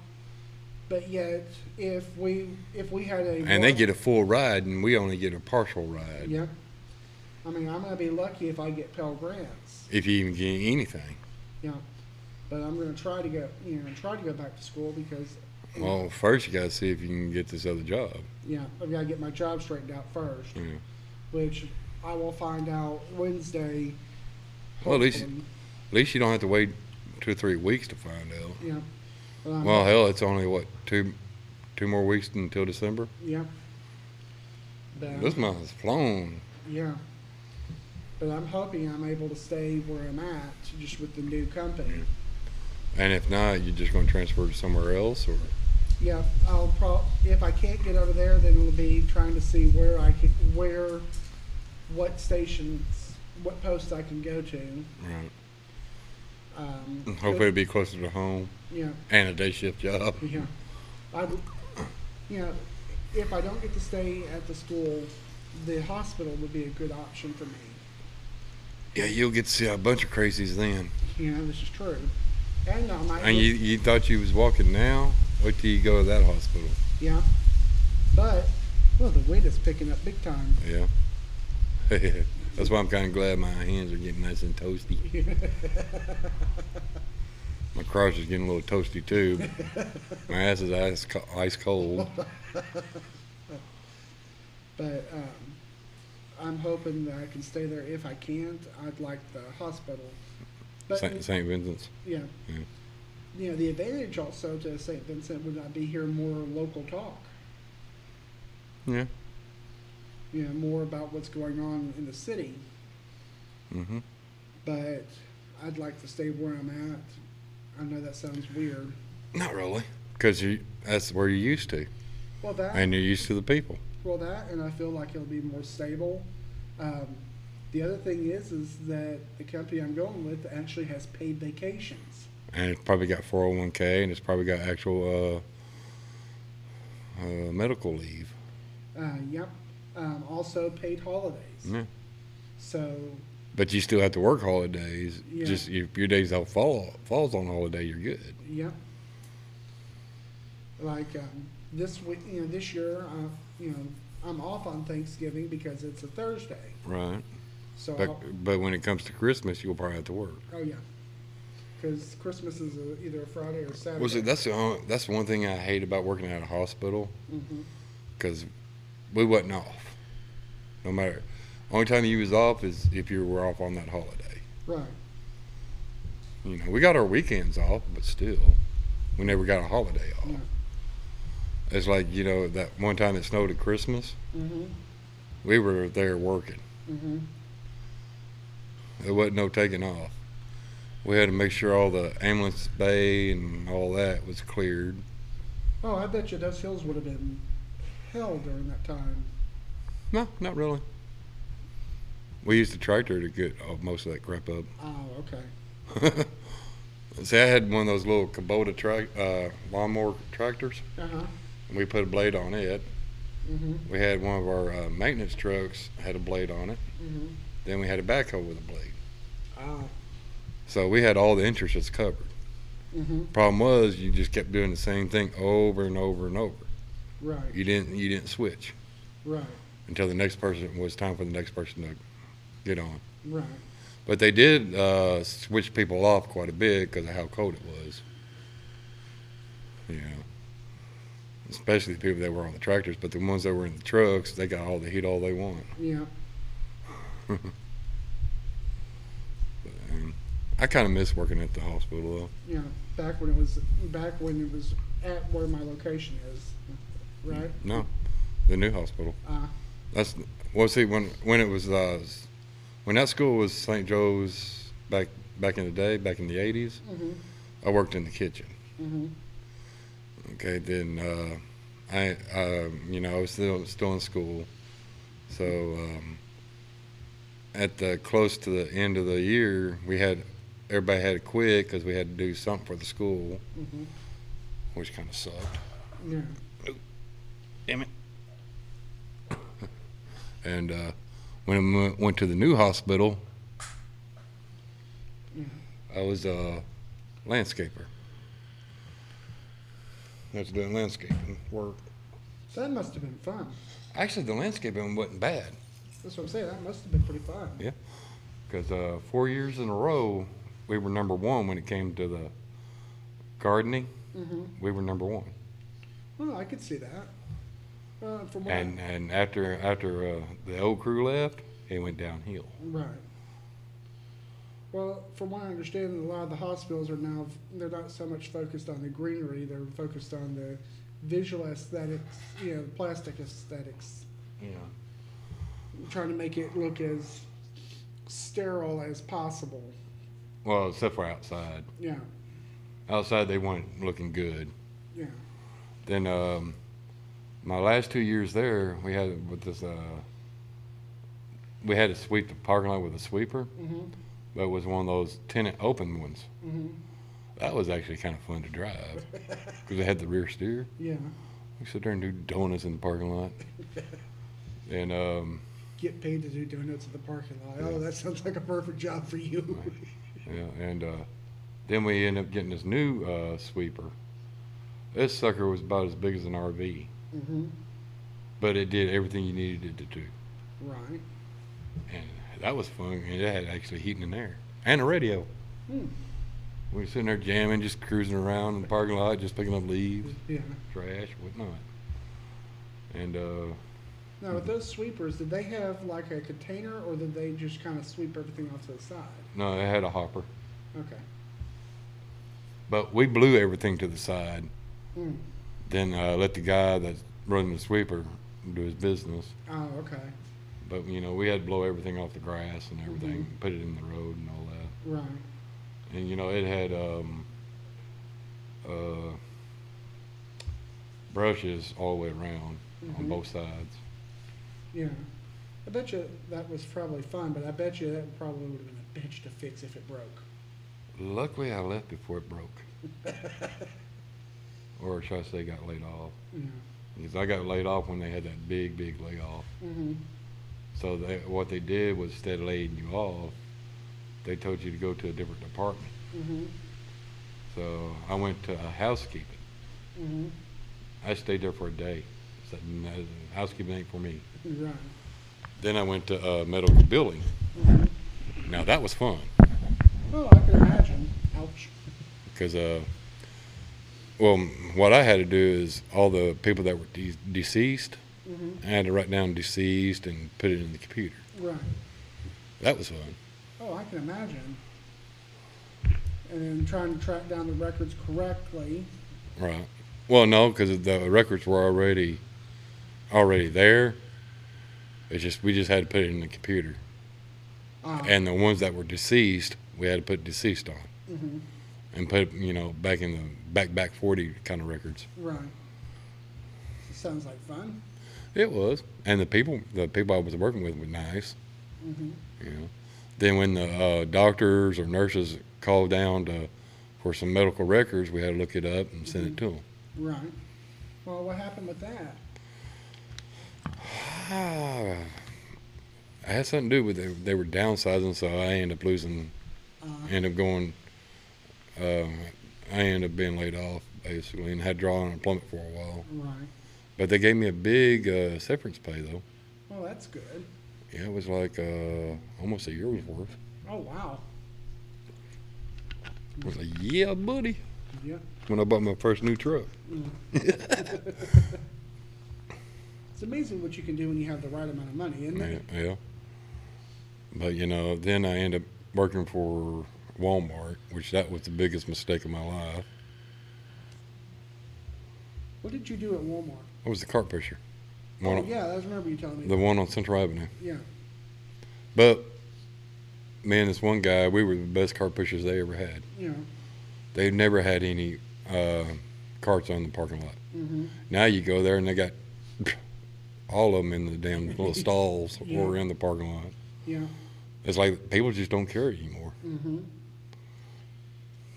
Speaker 1: But yet, if we if we had a
Speaker 2: and they get a full ride, and we only get a partial ride.
Speaker 1: yeah. I mean, I'm gonna be lucky if I get Pell grants.
Speaker 2: If you even get anything,
Speaker 1: Yeah, but I'm gonna try to go, you know, try to go back to school because
Speaker 2: Well, first you got to see if you can get this other job.
Speaker 1: Yeah, I've got to get my job straightened out first,
Speaker 2: Yeah.
Speaker 1: which I will find out Wednesday.
Speaker 2: Well, at least-
Speaker 1: hopefully.
Speaker 2: At least you don't have to wait two or three weeks to find out.
Speaker 1: Yeah. um, Well, I'm-
Speaker 2: Well, hell, it's only what two, two more weeks until December.
Speaker 1: yeah. But, I'm-
Speaker 2: This month's flown.
Speaker 1: yeah. But I'm hoping I'm able to stay where I'm at, just with the new company.
Speaker 2: And if not, you're just going to transfer to somewhere else, or
Speaker 1: Yeah, I'll pro, if I can't get over there, then it'll be trying to see where I can, where, what stations, what posts I can go to.
Speaker 2: right.
Speaker 1: Um,
Speaker 2: Mm, Hopefully, it'll be closer to home
Speaker 1: Yeah,
Speaker 2: and a day shift job.
Speaker 1: yeah. I, you know, if I don't get to stay at the school, the hospital would be a good option for me.
Speaker 2: Yeah, you'll get to see a bunch of crazies then.
Speaker 1: You know, this is true. And I might.
Speaker 2: And
Speaker 1: get-
Speaker 2: you, you thought you was walking now? Wait till you go to that hospital.
Speaker 1: Yeah. But, well, the wind is picking up big time.
Speaker 2: Yeah. That's why I'm kind of glad my hands are getting nice and toasty. My crotch is getting a little toasty too. but my ass is ice, co- ice cold.
Speaker 1: But um, I'm hoping that I can stay there. If I can't, I'd like the hospital. But
Speaker 2: St. St. Vincent's.
Speaker 1: yeah,
Speaker 2: Yeah.
Speaker 1: you know the advantage also to St. Vincent would not be here more local talk.
Speaker 2: Yeah.
Speaker 1: You know more about what's going on in the city.
Speaker 2: Mm-hmm.
Speaker 1: But I'd like to stay where I'm at. I know that sounds weird.
Speaker 2: Not really. Because you, that's where you're used to.
Speaker 1: Well, that
Speaker 2: And you're used to the people.
Speaker 1: well that, and I feel like it'll be more stable. Um, the other thing is, is that the company I'm going with actually has paid vacations.
Speaker 2: And it's probably got 401k and it's probably got actual uh, uh, medical leave.
Speaker 1: Uh, yep. Um, also paid holidays.
Speaker 2: Yeah.
Speaker 1: So
Speaker 2: But you still have to work holidays.
Speaker 1: Yeah.
Speaker 2: Just if your days don't fall falls on holiday, you're good.
Speaker 1: yep. Like um, this week, you know, this year, uh, you know, I'm off on Thanksgiving because it's a Thursday.
Speaker 2: Right.
Speaker 1: So
Speaker 2: But
Speaker 1: I'll,
Speaker 2: but when it comes to Christmas, you'll probably have to work.
Speaker 1: oh yeah, because Christmas is a, either a Friday or Saturday.
Speaker 2: Well, see, that's the only, that's the one thing I hate about working at a hospital
Speaker 1: hmm
Speaker 2: because we wasn't off. No matter, only time you was off is if you were off on that holiday.
Speaker 1: Right.
Speaker 2: You know, we got our weekends off, but still, we never got a holiday off.
Speaker 1: Yeah.
Speaker 2: It's like you know that one time it snowed at Christmas,
Speaker 1: Mhm.
Speaker 2: we were there working.
Speaker 1: Mhm.
Speaker 2: There wasn't no taking off. We had to make sure all the ambulance bay and all that was cleared.
Speaker 1: Oh, I bet you those hills would have been hell during that time.
Speaker 2: No, not really. We used the tractor to get all, most of that crap up.
Speaker 1: Oh, okay.
Speaker 2: See, I had one of those little Kubota tra- uh, lawnmower tractors,
Speaker 1: Uh huh.
Speaker 2: and we put a blade on it.
Speaker 1: Mhm.
Speaker 2: We had one of our uh, maintenance trucks had a blade on it.
Speaker 1: Mhm.
Speaker 2: Then we had a backhoe with a blade.
Speaker 1: Ah.
Speaker 2: So we had all the interests covered.
Speaker 1: Mhm.
Speaker 2: Problem was, you just kept doing the same thing over and over and over.
Speaker 1: Right.
Speaker 2: You didn't you didn't switch
Speaker 1: Right.
Speaker 2: until the next person it was time for the next person to get on.
Speaker 1: Right.
Speaker 2: But they did uh, switch people off quite a bit because of how cold it was. Yeah. Especially the people that were on the tractors, but the ones that were in the trucks, they got all the heat all they want.
Speaker 1: Yeah.
Speaker 2: And um, I kind of miss working at the hospital though.
Speaker 1: Yeah, back when it was back when it was at where my location is, right?
Speaker 2: No, the new hospital.
Speaker 1: Uh,
Speaker 2: That's well. See, when when it was uh, s- when that school was St. Joe's back back in the day, back in the '80s,
Speaker 1: mhm,
Speaker 2: I worked in the kitchen.
Speaker 1: mhm,
Speaker 2: Okay, then uh, I, um, you know, I was still still in school, so um, at the close to the end of the year, we had everybody had to quit because we had to do something for the school,
Speaker 1: mhm.
Speaker 2: which kind of sucked.
Speaker 1: Yeah,
Speaker 2: Damn it. and uh, when I went- went to the new hospital,
Speaker 1: Yeah.
Speaker 2: I was a landscaper. That's doing landscaping work.
Speaker 1: that must have been fun.
Speaker 2: Actually, the landscaping wasn't bad
Speaker 1: That's what I'm saying. That must have been pretty fun.
Speaker 2: Yeah. because uh, four years in a row, we were number one when it came to the gardening.
Speaker 1: Mhm.
Speaker 2: We were number one.
Speaker 1: Well, I could see that. Uh, from what I-
Speaker 2: And and after after uh, the old crew left, it went downhill.
Speaker 1: Right. Well, from what I understand, a lot of the hospitals are now, they're not so much focused on the greenery, they're focused on the visual aesthetics, you know, plastic aesthetics,
Speaker 2: You know.
Speaker 1: trying to make it look as sterile as possible.
Speaker 2: Well, except for outside.
Speaker 1: Yeah,
Speaker 2: Outside, they want it looking good.
Speaker 1: yeah.
Speaker 2: Then um, my last two years there, we had with this uh, we had to sweep the parking lot with a sweeper,
Speaker 1: Mm-hmm,
Speaker 2: but it was one of those tenant open ones.
Speaker 1: mm-hmm,
Speaker 2: That was actually kind of fun to drive because it had the rear steer.
Speaker 1: yeah.
Speaker 2: We sit there and do donuts in the parking lot. And um,
Speaker 1: Get paid to do donuts in the parking lot. Oh,
Speaker 2: Yeah.
Speaker 1: that sounds like a perfect job for you.
Speaker 2: yeah, and uh, then we end up getting this new uh, sweeper. This sucker was about as big as an RV,
Speaker 1: Mm-hmm,
Speaker 2: but it did everything you needed it to do.
Speaker 1: right.
Speaker 2: And that was fun. And it had actually heating in there and a radio.
Speaker 1: Hmm,
Speaker 2: We were sitting there jamming, just cruising around in the parking lot, just picking up leaves,
Speaker 1: yeah.
Speaker 2: trash, whatnot. And uh,
Speaker 1: Now, with those sweepers, did they have like a container or did they just kind of sweep everything off to the side?
Speaker 2: no, it had a hopper.
Speaker 1: Okay.
Speaker 2: But we blew everything to the side.
Speaker 1: Mm.
Speaker 2: Then uh, let the guy that's running the sweeper do his business.
Speaker 1: Oh, okay.
Speaker 2: But you know, we had to blow everything off the grass and everything, put it in the road and all that.
Speaker 1: Right.
Speaker 2: And you know, it had um, uh, brushes all the way around on
Speaker 1: Mhm.
Speaker 2: both sides.
Speaker 1: Yeah. I bet you that was probably fun, but I bet you that probably would have been a bitch to fix if it broke.
Speaker 2: Luckily, I left before it broke, or should I say, got laid off.
Speaker 1: Yeah.
Speaker 2: Because I got laid off when they had that big, big layoff.
Speaker 1: Mm-hmm.
Speaker 2: So they, what they did was instead of laying you off, they told you to go to a different department.
Speaker 1: Mm-hmm.
Speaker 2: So I went to a housekeeping.
Speaker 1: Mm-hmm.
Speaker 2: I stayed there for a day. Said, no, housekeeping ain't for me.
Speaker 1: Right.
Speaker 2: Then I went to uh, medical billing.
Speaker 1: Mm-hmm.
Speaker 2: Now that was fun
Speaker 1: Oh, I can imagine. Ouch.
Speaker 2: because, uh, well, what I had to do is all the people that were de- deceased,
Speaker 1: Mm-hmm.
Speaker 2: I had to write down deceased and put it in the computer.
Speaker 1: Right.
Speaker 2: That was fun.
Speaker 1: Oh, I can imagine. And then trying to track down the records correctly.
Speaker 2: Right. Well, no, because the records were already already there. It's just we just had to put it in the computer,
Speaker 1: Uh,
Speaker 2: and the ones that were deceased, we had to put deceased on,
Speaker 1: mm-hmm.
Speaker 2: and put you know back in the back back forty kind of records.
Speaker 1: Right. Sounds like fun.
Speaker 2: It was, and the people the people I was working with were nice,
Speaker 1: Mm-hmm.
Speaker 2: you know. Then when the uh, doctors or nurses called down to for some medical records, we had to look it up and send it to them.
Speaker 1: Right. Well, what happened with that?
Speaker 2: Ah, I had something to do with it. They were downsizing, so I ended up losing,
Speaker 1: Uh,
Speaker 2: ended up going, uh, I ended up being laid off basically and had to draw on unemployment for a while.
Speaker 1: right.
Speaker 2: But they gave me a big uh, severance pay though.
Speaker 1: Well, that's good.
Speaker 2: Yeah, it was like uh, almost a year's worth.
Speaker 1: Oh, wow.
Speaker 2: I was like, yeah, buddy,
Speaker 1: Yep.
Speaker 2: when I bought my first new truck.
Speaker 1: It's amazing what you can do when you have the right amount of money, isn't
Speaker 2: Yeah,
Speaker 1: it?
Speaker 2: yeah. But you know, then I ended up working for Walmart, which that was the biggest mistake of my life.
Speaker 1: What did you do at Walmart?
Speaker 2: I was the cart pusher. One
Speaker 1: Oh,
Speaker 2: of-
Speaker 1: yeah, I remember you telling me.
Speaker 2: The one on Central Avenue.
Speaker 1: yeah.
Speaker 2: But me and this one guy, we were the best cart pushers they ever had.
Speaker 1: Yeah.
Speaker 2: They never had any uh, carts on the parking lot.
Speaker 1: Mm-hmm.
Speaker 2: Now you go there and they got all of them in the damn little stalls
Speaker 1: Yeah.
Speaker 2: or in the parking lot.
Speaker 1: Yeah.
Speaker 2: It's like people just don't care anymore.
Speaker 1: Mm-hmm.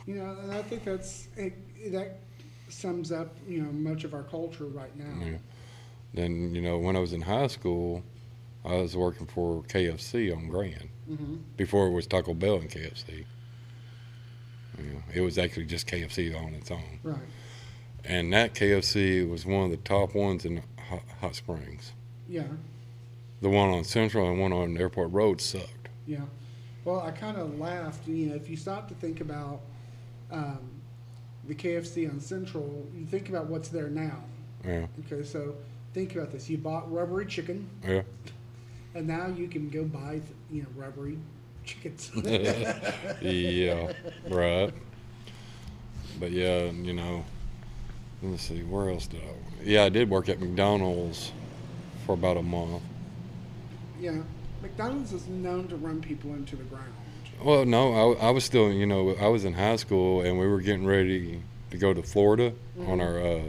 Speaker 1: You know, and I think that's it, it- that sums up you know much of our culture right now.
Speaker 2: Yeah. Then, you know, when I was in high school, I was working for KFC on Grand
Speaker 1: Mm-hmm.
Speaker 2: before it was Taco Bell and KFC. Yeah, it was actually just KFC on its own.
Speaker 1: Right.
Speaker 2: and that KFC was one of the top ones in Hot, Hot Springs.
Speaker 1: Yeah.
Speaker 2: The one on Central and one on Airport Road sucked.
Speaker 1: Yeah. Well, I kind of laughed. You know, if you stop to think about um, the KFC on Central, you think about what's there now.
Speaker 2: Yeah.
Speaker 1: Okay, so think about this. You bought rubbery chicken,
Speaker 2: Yeah.
Speaker 1: and now you can go buy, you know, rubbery chickens.
Speaker 2: yeah. Right. But yeah, you know, let's see, where else did I? Yeah, I did work at McDonald's for about a month.
Speaker 1: yeah, McDonald's is known to run people into the ground.
Speaker 2: Well, no, I, I was still, you know, I was in high school and we were getting ready to go to Florida on our uh,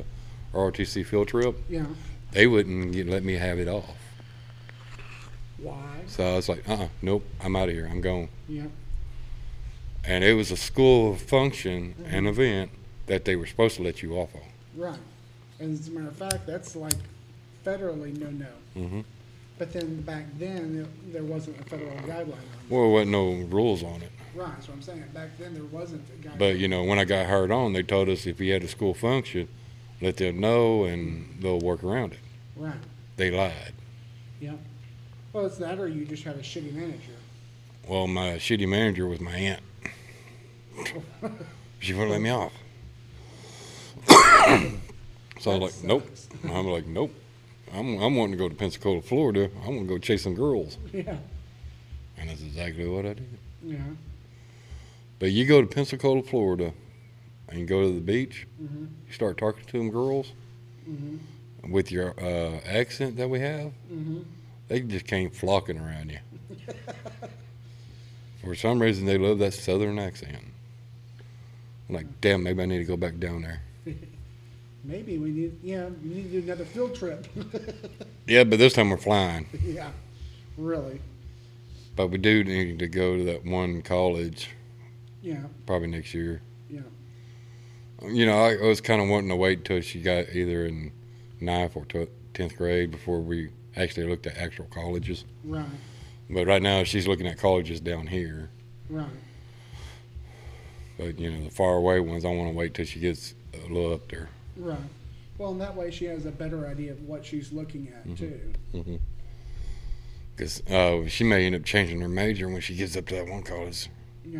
Speaker 2: ROTC field trip.
Speaker 1: Yeah.
Speaker 2: They wouldn't get, let me have it off.
Speaker 1: Why?
Speaker 2: So I was like, uh uh nope, I'm out of here, I'm gone.
Speaker 1: Yeah.
Speaker 2: And it was a school function, an event that they were supposed to let you off on.
Speaker 1: Right. And as a matter of fact, that's like federally no no.
Speaker 2: Mhm.
Speaker 1: But then back then, it, there wasn't a federal guideline on it.
Speaker 2: Well, there wasn't no rules on it.
Speaker 1: Right, that's what I'm saying. Back then, there wasn't a guideline.
Speaker 2: But, you know, when I got hired on, they told us if you had a school function, let them know and they'll work around it.
Speaker 1: Right.
Speaker 2: They lied.
Speaker 1: Yeah. Well, it's that, or you just have a shitty manager.
Speaker 2: Well, my shitty manager was my aunt. she wouldn't let me off. so I was like,
Speaker 1: That
Speaker 2: nope.
Speaker 1: sucks.
Speaker 2: I'm like, nope. I'm, I'm wanting to go to Pensacola, Florida. I want to go chase some girls.
Speaker 1: Yeah.
Speaker 2: And that's exactly what I did.
Speaker 1: Yeah.
Speaker 2: But you go to Pensacola, Florida, and you go to the beach,
Speaker 1: Mm-hmm.
Speaker 2: you start talking to them girls
Speaker 1: Mm-hmm.
Speaker 2: with your uh, accent that we have,
Speaker 1: Mm-hmm.
Speaker 2: they just came flocking around you. For some reason, they love that southern accent. I'm like, damn, maybe I need to go back down there.
Speaker 1: Maybe we need, yeah, we need to do another field trip.
Speaker 2: Yeah, but this time we're flying.
Speaker 1: yeah, really.
Speaker 2: But we do need to go to that one college
Speaker 1: Yeah,
Speaker 2: probably next year.
Speaker 1: yeah,
Speaker 2: You know, I, I was kind of wanting to wait till she got either in ninth or tw- 10th grade before we actually looked at actual colleges.
Speaker 1: right,
Speaker 2: But right now, she's looking at colleges down here.
Speaker 1: right,
Speaker 2: But, you know, the far away ones, I want to wait till she gets a little up there.
Speaker 1: right. Well, and that way she has a better idea of what she's looking
Speaker 2: Mm-hmm.
Speaker 1: at too.
Speaker 2: Because uh, she may end up changing her major when she gets up to that one college.
Speaker 1: Yeah.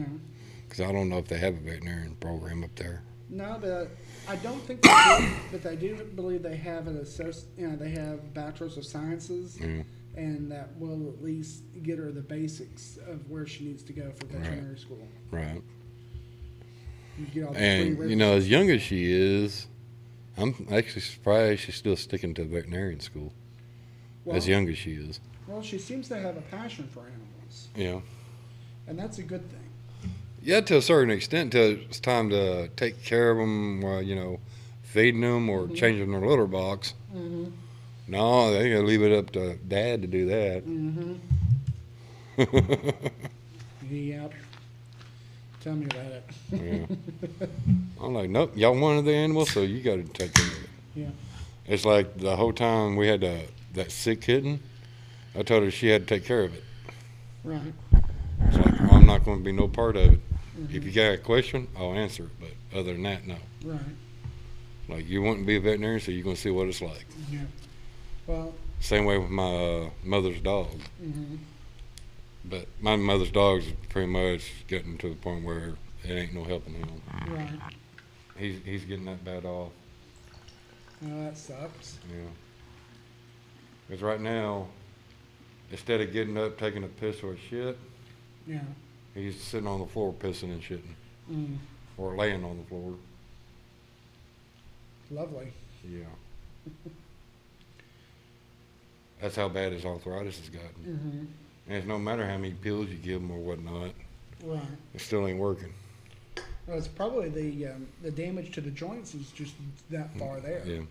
Speaker 2: Because I don't know if they have a veterinarian program up there.
Speaker 1: No, but I don't think they do, but I do believe they have an associ, you know, they have bachelor's of sciences,
Speaker 2: Yeah.
Speaker 1: and that will at least get her the basics of where she needs to go for
Speaker 2: Right.
Speaker 1: veterinary school.
Speaker 2: Right.
Speaker 1: You get all the
Speaker 2: And,
Speaker 1: free
Speaker 2: you know, as young as she is, I'm actually surprised she's still sticking to veterinarian school.
Speaker 1: well,
Speaker 2: As young as she is.
Speaker 1: well, she seems to have a passion for animals,
Speaker 2: Yeah.
Speaker 1: and that's a good thing.
Speaker 2: Yeah, to a certain extent, till it's time to take care of them, while, you know, feeding them or changing their litter box.
Speaker 1: Mm-hmm.
Speaker 2: No, they gotta leave it up to dad to do that.
Speaker 1: Mm-hmm. Yep. Tell me about it.
Speaker 2: Yeah. I'm like, nope, y'all wanted the animal, so you gotta take care of it.
Speaker 1: Yeah.
Speaker 2: It's like the whole time we had the, that sick kitten, I told her she had to take care of it.
Speaker 1: Right.
Speaker 2: It's like, I'm not gonna be no part of it. If
Speaker 1: Mm-hmm.
Speaker 2: you got a question, I'll answer it, but other than that, no.
Speaker 1: Right.
Speaker 2: Like, you want to be a veterinarian, so you're gonna see what it's like.
Speaker 1: Yeah. Well.
Speaker 2: Same way with my uh, mother's dog.
Speaker 1: Mm-hmm.
Speaker 2: But my mother's dog's pretty much getting to the point where it ain't no helping him.
Speaker 1: Right.
Speaker 2: He's, he's getting that bad off.
Speaker 1: Well, that sucks.
Speaker 2: Yeah. Because right now, instead of getting up, taking a piss or a shit,
Speaker 1: Yeah.
Speaker 2: he's sitting on the floor pissing and shitting,
Speaker 1: Mm.
Speaker 2: or laying on the floor.
Speaker 1: Lovely.
Speaker 2: Yeah. That's how bad his arthritis has gotten.
Speaker 1: Mm-hmm.
Speaker 2: And it's no matter how many pills you give him or whatnot,
Speaker 1: Right.
Speaker 2: it still ain't working.
Speaker 1: Well, it's probably the um, the damage to the joints is just that far there.
Speaker 2: Yeah.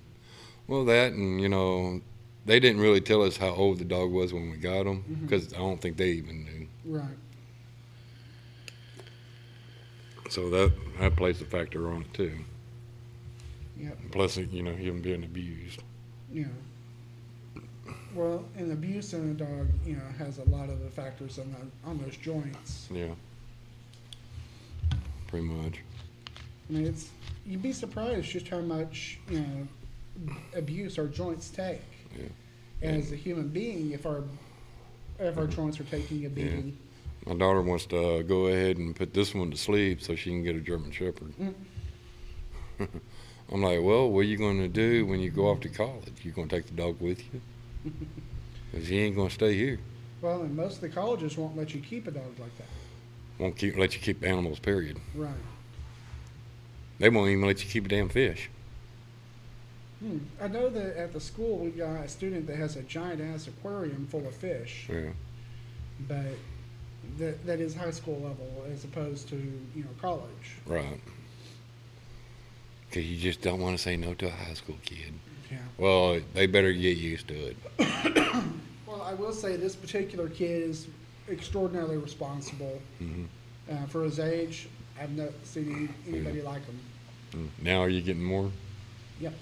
Speaker 2: Well, that and you know, they didn't really tell us how old the dog was when we got him
Speaker 1: Mhm.
Speaker 2: because I don't think they even knew.
Speaker 1: Right.
Speaker 2: So that that plays a factor on it too.
Speaker 1: Yep.
Speaker 2: Plus, you know, him being abused.
Speaker 1: Yeah. Well, and abuse in a dog, you know, has a lot of the factors on the, on those joints.
Speaker 2: Yeah. Pretty much.
Speaker 1: I mean, it's you'd be surprised just how much you know abuse our joints take.
Speaker 2: Yeah.
Speaker 1: And as a human being, if our if our joints are taking a beating,
Speaker 2: My daughter wants to uh, go ahead and put this one to sleep so she can get a German Shepherd. I'm like, well, what are you going to do when you go off to college? You going to take the dog with you? Because he ain't going to stay here.
Speaker 1: Well, and most of the colleges won't let you keep a dog like that.
Speaker 2: Won't keep let you keep animals. Period.
Speaker 1: Right.
Speaker 2: They won't even let you keep a damn fish.
Speaker 1: Hmm. I know that at the school we got a student that has a giant ass aquarium full of fish,
Speaker 2: Yeah.
Speaker 1: but that that is high school level as opposed to you know college.
Speaker 2: Right. Because you just don't want to say no to a high school kid.
Speaker 1: Yeah.
Speaker 2: Well, they better get used to it.
Speaker 1: Well, I will say this particular kid is extraordinarily responsible
Speaker 2: hmm
Speaker 1: uh, for his age. I've not seen any, anybody like him.
Speaker 2: Mm-hmm. Now, are you getting more?
Speaker 1: Yep.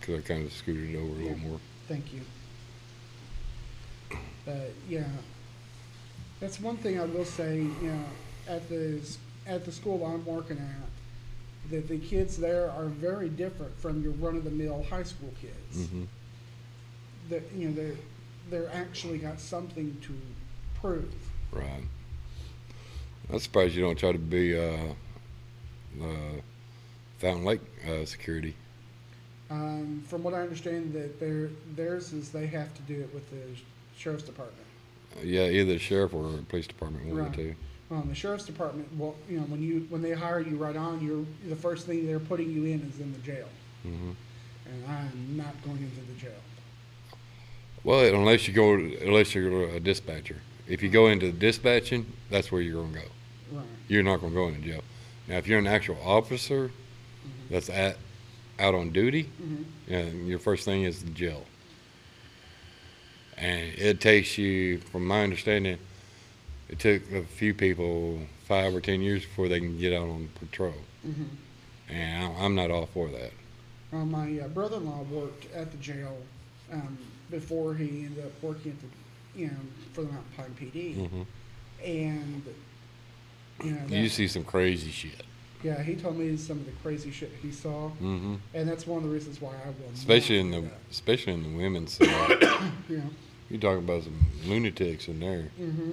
Speaker 2: Because I kind of scooted it over a little more.
Speaker 1: Thank you. But yeah, that's one thing I will say. You know, at the s- at the school I'm working at, that the kids there are very different from your run of the mill high school kids.
Speaker 2: hmm
Speaker 1: That you know they they're actually got something to prove.
Speaker 2: Right. I'm surprised you don't try to be uh, uh, Fountain Lake uh, security.
Speaker 1: Um, from what I understand, that their theirs is they have to do it with the sh- sheriff's department.
Speaker 2: Yeah, either the sheriff or the police department, one
Speaker 1: Right.
Speaker 2: or two.
Speaker 1: Um, the sheriff's department, well, you know, when you when they hire you right on, you're the first thing they're putting you in is in the jail,
Speaker 2: hmm
Speaker 1: and I'm not going into the jail.
Speaker 2: Well, unless you go, unless you're a dispatcher. If you go into dispatching, that's where you're gonna go.
Speaker 1: Right.
Speaker 2: You're not gonna go into jail. Now, if you're an actual officer that's at out on duty,
Speaker 1: hmm
Speaker 2: yeah, your first thing is the jail. And it takes you, from my understanding, it took a few people five or ten years before they can get out on patrol.
Speaker 1: hmm
Speaker 2: And I- I'm not all for that.
Speaker 1: Uh, my uh, brother-in-law worked at the jail um, before he ended up working at the, you know, for the Mountain Pine PD,
Speaker 2: hmm
Speaker 1: and you know,
Speaker 2: You
Speaker 1: that-
Speaker 2: see some crazy shit.
Speaker 1: yeah, he told me some of the crazy shit he saw,
Speaker 2: hmm
Speaker 1: and that's one of the reasons why I will. not
Speaker 2: Especially in
Speaker 1: do
Speaker 2: the especially in the women's side.
Speaker 1: that. Yeah.
Speaker 2: You're talking about some lunatics in there.
Speaker 1: hmm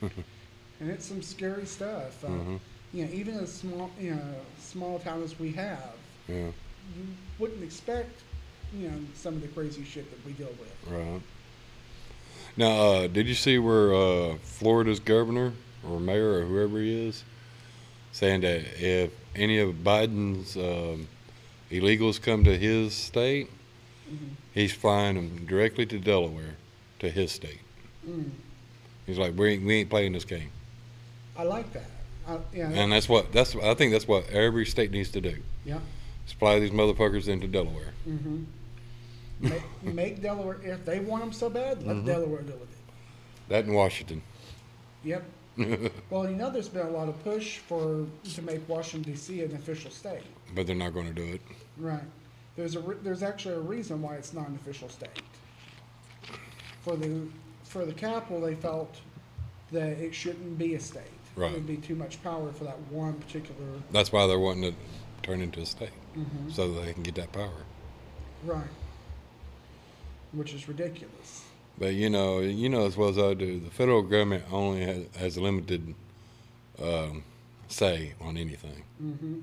Speaker 1: and it's some scary stuff. Uh,
Speaker 2: Mhm.
Speaker 1: You know, even as small, you know, small town as we have,
Speaker 2: Mm-hmm. Yeah,
Speaker 1: you wouldn't expect, you know, some of the crazy shit that we deal with.
Speaker 2: right. Now, uh, did you see where uh, Florida's governor or mayor or whoever he is saying that if any of Biden's um, illegals come to his state, he's flying them directly to Delaware, to his state.
Speaker 1: Mm.
Speaker 2: He's like, we ain't, we ain't playing this game,
Speaker 1: I like that. I, yeah,
Speaker 2: and that's what that's I think that's what every state needs to do:
Speaker 1: yeah.
Speaker 2: is fly these motherfuckers into Delaware.
Speaker 1: hmm Make, make Delaware if they want them so bad, let
Speaker 2: Mhm.
Speaker 1: Delaware deal with it.
Speaker 2: That in Washington.
Speaker 1: Yep. Well, you know, there's been a lot of push for to make Washington D.C. an official state.
Speaker 2: but they're not going to do it.
Speaker 1: Right. There's a re- there's actually a reason why it's not an official state. For the for the capital, they felt that it shouldn't be a state. It
Speaker 2: Right.
Speaker 1: would be too much power for that one particular.
Speaker 2: That's why they're wanting to turn into a state,
Speaker 1: Mm-hmm.
Speaker 2: so that they can get that power.
Speaker 1: Right. Which is ridiculous.
Speaker 2: But you know, you know as well as I do, the federal government only has, has limited um, say on anything.
Speaker 1: Mm-hmm.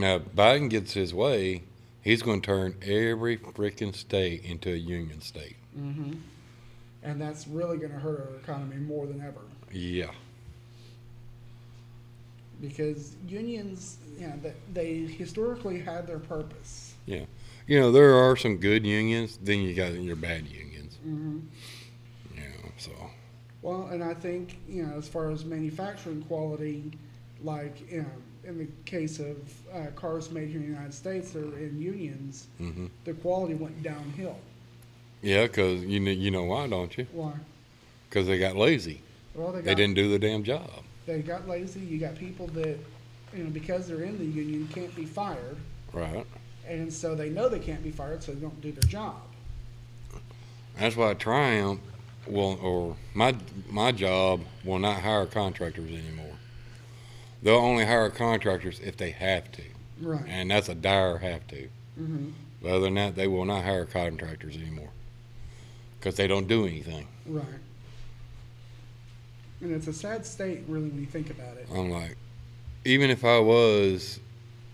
Speaker 2: Now, if Biden gets his way, he's going to turn every freaking state into a union state.
Speaker 1: Mm-hmm. And that's really going to hurt our economy more than ever
Speaker 2: Yeah,
Speaker 1: because unions, you know, they, they historically had their purpose.
Speaker 2: yeah. You know, there are some good unions. Then you got your bad unions.
Speaker 1: Mm-hmm.
Speaker 2: You know, so
Speaker 1: Well, and I think, you know, as far as manufacturing quality, like you know, in the case of uh, cars made here in the United States or in unions,
Speaker 2: mm-hmm.
Speaker 1: the quality went downhill.
Speaker 2: yeah, because you know, you know why, don't you?
Speaker 1: Why?
Speaker 2: Because they got lazy.
Speaker 1: Well, they got,
Speaker 2: They didn't do the damn job.
Speaker 1: they got lazy. You got people that, you know, because they're in the union, can't be fired.
Speaker 2: Right.
Speaker 1: And so they know they can't be fired, so they don't do their job.
Speaker 2: That's why Triumph will, or my my job will not hire contractors anymore. They'll only hire contractors if they have to,
Speaker 1: Right.
Speaker 2: and that's a dire have to.
Speaker 1: Mm-hmm.
Speaker 2: But other than that, they will not hire contractors anymore because they don't do anything.
Speaker 1: Right. And it's a sad state, really, when you think about it.
Speaker 2: I'm like, even if I was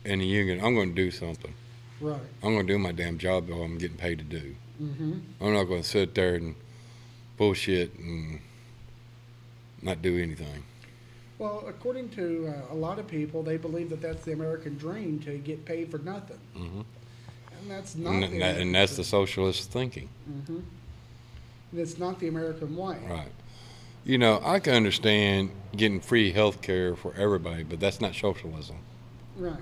Speaker 2: in the union, I'm going to do something.
Speaker 1: Right.
Speaker 2: I'm going to do my damn job that I'm getting paid to do.
Speaker 1: Mm-hmm.
Speaker 2: I'm not going to sit there and bullshit and not do anything.
Speaker 1: Well, according to uh, a lot of people, they believe that that's the American dream to get paid for nothing,
Speaker 2: Mm-hmm.
Speaker 1: and that's not.
Speaker 2: And,
Speaker 1: the
Speaker 2: that, and that's the socialist thinking.
Speaker 1: Mm-hmm. And it's not the American way.
Speaker 2: Right. You know, I can understand getting free health care for everybody, but that's not socialism.
Speaker 1: Right.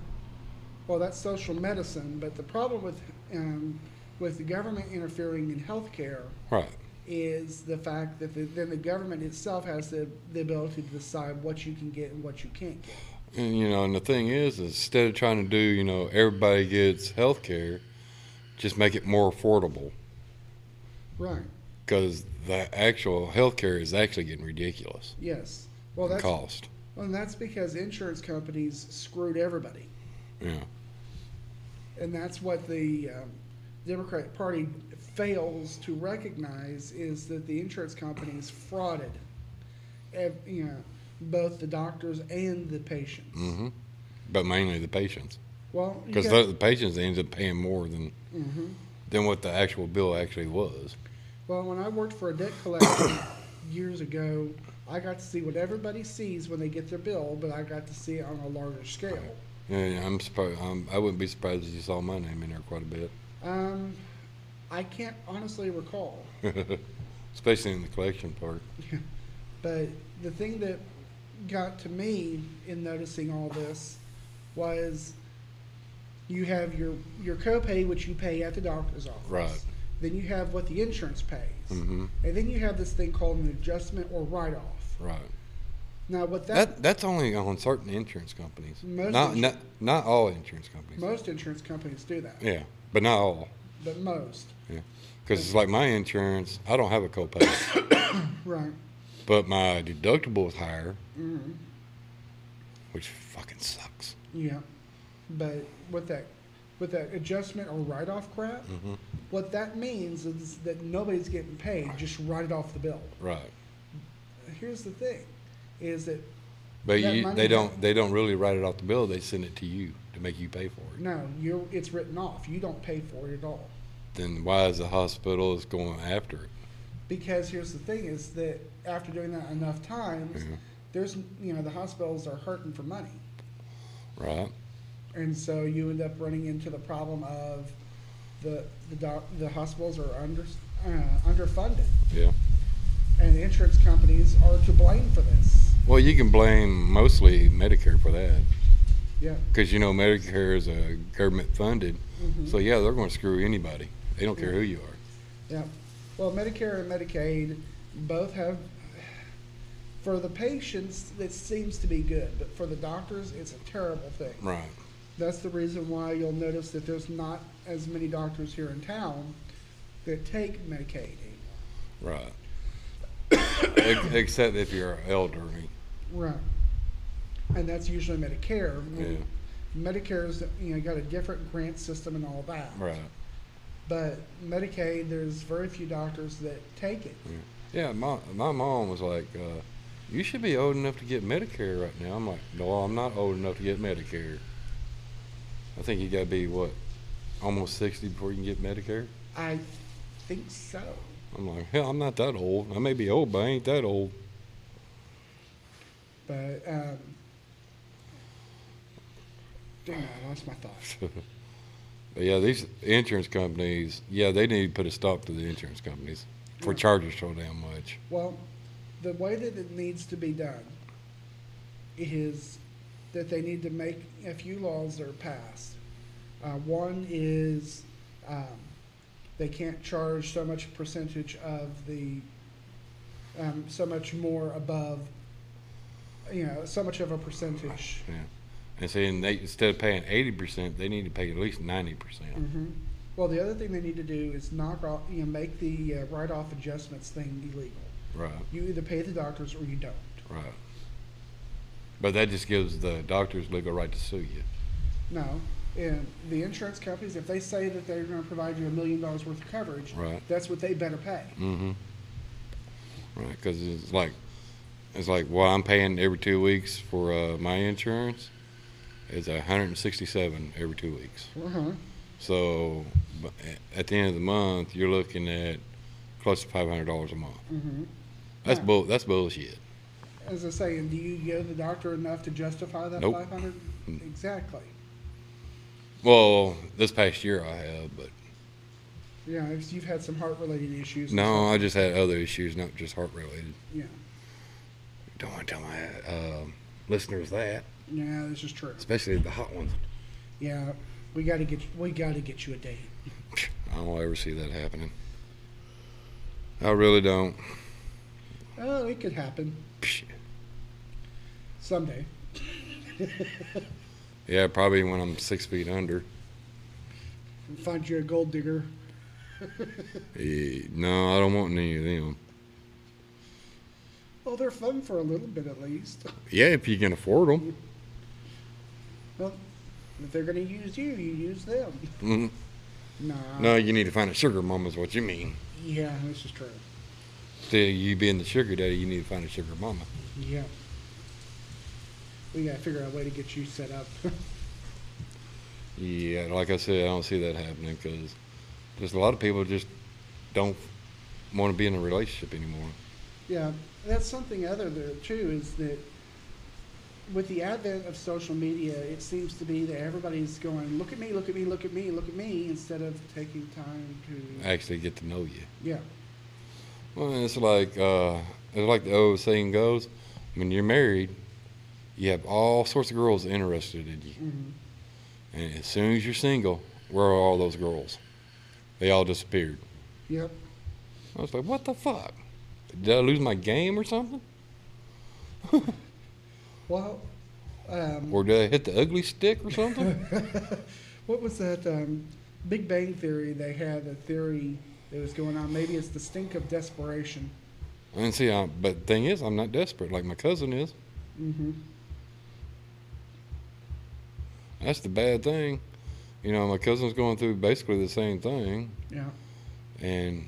Speaker 1: Well, that's social medicine, but the problem with um, with the government interfering in healthcare
Speaker 2: Right.
Speaker 1: is the fact that the, then the government itself has the, the ability to decide what you can get and what you can't get.
Speaker 2: And, you know, and the thing is, is instead of trying to do, you know, everybody gets health care, just make it more affordable
Speaker 1: Right.
Speaker 2: because the actual health care is actually getting ridiculous
Speaker 1: Yes. Well,
Speaker 2: in
Speaker 1: that's
Speaker 2: cost.
Speaker 1: well, and that's because insurance companies screwed everybody,
Speaker 2: Yeah.
Speaker 1: and that's what the um, Democrat Party fails to recognize is that the insurance companies frauded, ev- you know, both the doctors and the patients.
Speaker 2: hmm But mainly the patients
Speaker 1: Well, you
Speaker 2: because
Speaker 1: got-
Speaker 2: the, the patients ends up paying more than,
Speaker 1: Mhm.
Speaker 2: than what the actual bill actually was.
Speaker 1: Well, when I worked for a debt collector years ago, I got to see what everybody sees when they get their bill, but I got to see it on a larger scale.
Speaker 2: Yeah, I'm surprised. I'm, I wouldn't be surprised if you saw my name in there quite a bit.
Speaker 1: Um, I can't honestly recall,
Speaker 2: especially in the collection part.
Speaker 1: but the thing that got to me in noticing all this was you have your your copay which you pay at the doctor's office.
Speaker 2: Right.
Speaker 1: Then you have what the insurance pays.
Speaker 2: hmm
Speaker 1: And then you have this thing called an adjustment or write off.
Speaker 2: Right.
Speaker 1: Now what
Speaker 2: That, that's only on certain insurance companies.
Speaker 1: Most
Speaker 2: not
Speaker 1: insur-
Speaker 2: not not all insurance companies.
Speaker 1: Most insurance companies do that,
Speaker 2: Yeah, but not all.
Speaker 1: but most,
Speaker 2: Because it's like my insurance, I don't have a copay,
Speaker 1: right?
Speaker 2: but my deductible is higher,
Speaker 1: Mm,
Speaker 2: which fucking sucks.
Speaker 1: yeah, but with that, with that adjustment or write-off crap,
Speaker 2: Mm-hmm.
Speaker 1: what that means is that nobody's getting paid. Just write it off the bill.
Speaker 2: Right.
Speaker 1: Here's the thing, is that
Speaker 2: But
Speaker 1: That
Speaker 2: you,
Speaker 1: money
Speaker 2: they don't
Speaker 1: back.
Speaker 2: they don't really write it off the bill. They send it to you to make you pay for it.
Speaker 1: no, you're it's written off. You don't pay for it at all.
Speaker 2: Then why is the hospital is going after it?
Speaker 1: Because here's the thing is that after doing that enough times,
Speaker 2: Mhm.
Speaker 1: there's you know the hospitals are hurting for money.
Speaker 2: Right.
Speaker 1: And so you end up running into the problem of the the, doc, the hospitals are under uh, underfunded,
Speaker 2: Yeah.
Speaker 1: and insurance companies are to blame for this.
Speaker 2: Well, you can blame mostly Medicare for that.
Speaker 1: Yeah.
Speaker 2: Because you know Medicare is a government funded,
Speaker 1: Mhm.
Speaker 2: so yeah, they're going to screw anybody. They don't care who you are.
Speaker 1: Yeah. Well, Medicare and Medicaid both have. For the patients, that seems to be good, but for the doctors, it's a terrible thing.
Speaker 2: Right.
Speaker 1: That's the reason why you'll notice that there's not as many doctors here in town that take Medicaid.
Speaker 2: Right. Ex- Except if you're elderly.
Speaker 1: Right. And that's usually Medicare.
Speaker 2: Yeah.
Speaker 1: Medicare's you know got a different grant system and all that.
Speaker 2: Right.
Speaker 1: But Medicaid, there's very few doctors that take it.
Speaker 2: Yeah. Yeah. My my mom was like, uh, "You should be old enough to get Medicare right now." I'm like, "No, I'm not old enough to get Medicare. I think you got to be what, almost sixty before you can get Medicare."
Speaker 1: I think so.
Speaker 2: I'm like, "Hell, I'm not that old. I may be old, but I ain't that old."
Speaker 1: But um, dang, I lost my thoughts.
Speaker 2: But yeah, these insurance companies, yeah, they need to put a stop to the insurance companies for charging so damn much.
Speaker 1: Well, the way that it needs to be done is that they need to make a few laws that are passed. Uh, one is um, they can't charge so much percentage of the, um, so much more above, you know, so much of a percentage.
Speaker 2: Yeah. And saying they instead of paying eighty percent, they need to pay at least ninety percent.
Speaker 1: hmm Well, the other thing they need to do is knock off, you know, make the uh, write off adjustments thing illegal.
Speaker 2: Right,
Speaker 1: You either pay the doctors or you don't.
Speaker 2: right. But that just gives the doctors legal right to sue you.
Speaker 1: No, and the insurance companies, if they say that they're gonna provide you a million dollars worth of coverage,
Speaker 2: Right.
Speaker 1: that's what they better pay.
Speaker 2: Mm-hmm. Right, because it's like It's like, well, I'm paying every two weeks for uh, my insurance. It's 167 every two weeks.
Speaker 1: Uh-huh.
Speaker 2: So bu- at the end of the month, you're looking at close to $500 a month.
Speaker 1: Mm-hmm.
Speaker 2: That's
Speaker 1: Yeah.
Speaker 2: bull. That's bullshit.
Speaker 1: As I say, and do you give the doctor enough to justify that
Speaker 2: Nope.
Speaker 1: 500?
Speaker 2: Mm.
Speaker 1: Exactly.
Speaker 2: Well, this past year I have, but
Speaker 1: Yeah, if you've had some heart-related issues. and
Speaker 2: no,
Speaker 1: stuff.
Speaker 2: I just had other issues, not just heart related.
Speaker 1: Yeah,
Speaker 2: Don't want to tell my uh, listeners that,
Speaker 1: yeah, this is true.
Speaker 2: especially the hot ones.
Speaker 1: Yeah, we got to get we got to get you a date.
Speaker 2: I don't ever see that happening. I really don't.
Speaker 1: Oh, it could happen someday.
Speaker 2: Yeah, probably when I'm six feet under.
Speaker 1: Find you a gold digger.
Speaker 2: Eh, No, I don't want any of them.
Speaker 1: Well, they're fun for a little bit at least.
Speaker 2: Yeah, if you can afford them.
Speaker 1: Well, if they're going to use you, you use them.
Speaker 2: Mhm.
Speaker 1: Nah.
Speaker 2: No, you need to find a sugar mama is what you mean.
Speaker 1: Yeah, this is true.
Speaker 2: Still, you being the sugar daddy, you need to find a sugar mama.
Speaker 1: Yeah. We got to figure out a way to get you set up.
Speaker 2: Yeah, like I said, I don't see that happening because there's a lot of people just don't want to be in a relationship anymore.
Speaker 1: yeah, that's something other there too is that with the advent of social media, it seems to be that everybody's going, look at me, look at me, look at me, look at me, instead of taking time to.
Speaker 2: Actually, get to know you.
Speaker 1: yeah.
Speaker 2: Well, it's like uh, it's like the old saying goes: when you're married, you have all sorts of girls interested in you,
Speaker 1: hmm
Speaker 2: and as soon as you're single, where are all those girls? They all disappeared.
Speaker 1: Yep.
Speaker 2: I was like, what the fuck? Did I lose my game or something?
Speaker 1: Well, um,
Speaker 2: Or did I hit the ugly stick or something?
Speaker 1: what was that um, Big Bang Theory? They had a theory that was going on. Maybe it's the stink of desperation.
Speaker 2: and see, I, but the thing is, I'm not desperate like my cousin is.
Speaker 1: Mm-hmm.
Speaker 2: That's the bad thing. You know, my cousin's going through basically the same thing,
Speaker 1: Yeah.
Speaker 2: and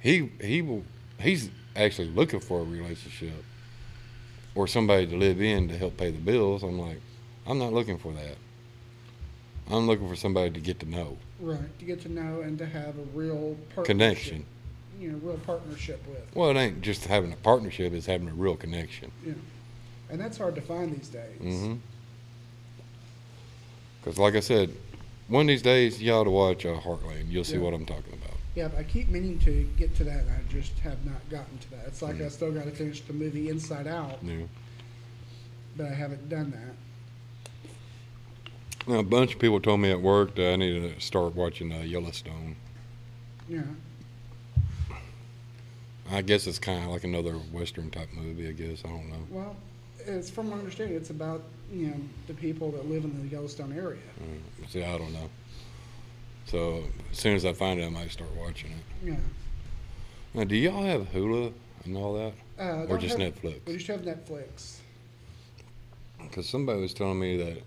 Speaker 2: he he will he's actually looking for a relationship or somebody to live in to help pay the bills. I'm like, I'm not looking for that. I'm looking for somebody to get to know,
Speaker 1: Right. To get to know and to have a real partnership.
Speaker 2: connection.
Speaker 1: You know, real partnership with.
Speaker 2: Well, it ain't just having a partnership; it's having a real connection.
Speaker 1: You know. And that's hard to find these days.
Speaker 2: Mm-hmm. Because, like I said, one of these days you ought to watch uh, Heartland. You'll see
Speaker 1: Yeah.
Speaker 2: what I'm talking about.
Speaker 1: Yeah, but I keep meaning to get to that, and I just have not gotten to that. It's like I still got to finish the movie Inside Out,
Speaker 2: Mm. Yeah.
Speaker 1: but I haven't done that.
Speaker 2: Now, a bunch of people told me at work that I needed to start watching uh, Yellowstone.
Speaker 1: Yeah.
Speaker 2: I guess it's kind of like another Western type movie, I guess. I don't know.
Speaker 1: Well, it's from my understanding, it's about you know the people that live in the Yellowstone area.
Speaker 2: Mm, See, I don't know. So, as soon as I find it, I might start watching it.
Speaker 1: Yeah.
Speaker 2: Now, do y'all have Hulu and all that?
Speaker 1: Uh,
Speaker 2: or
Speaker 1: don't
Speaker 2: just
Speaker 1: have- We
Speaker 2: Netflix?
Speaker 1: just have Netflix.
Speaker 2: Because somebody was telling me that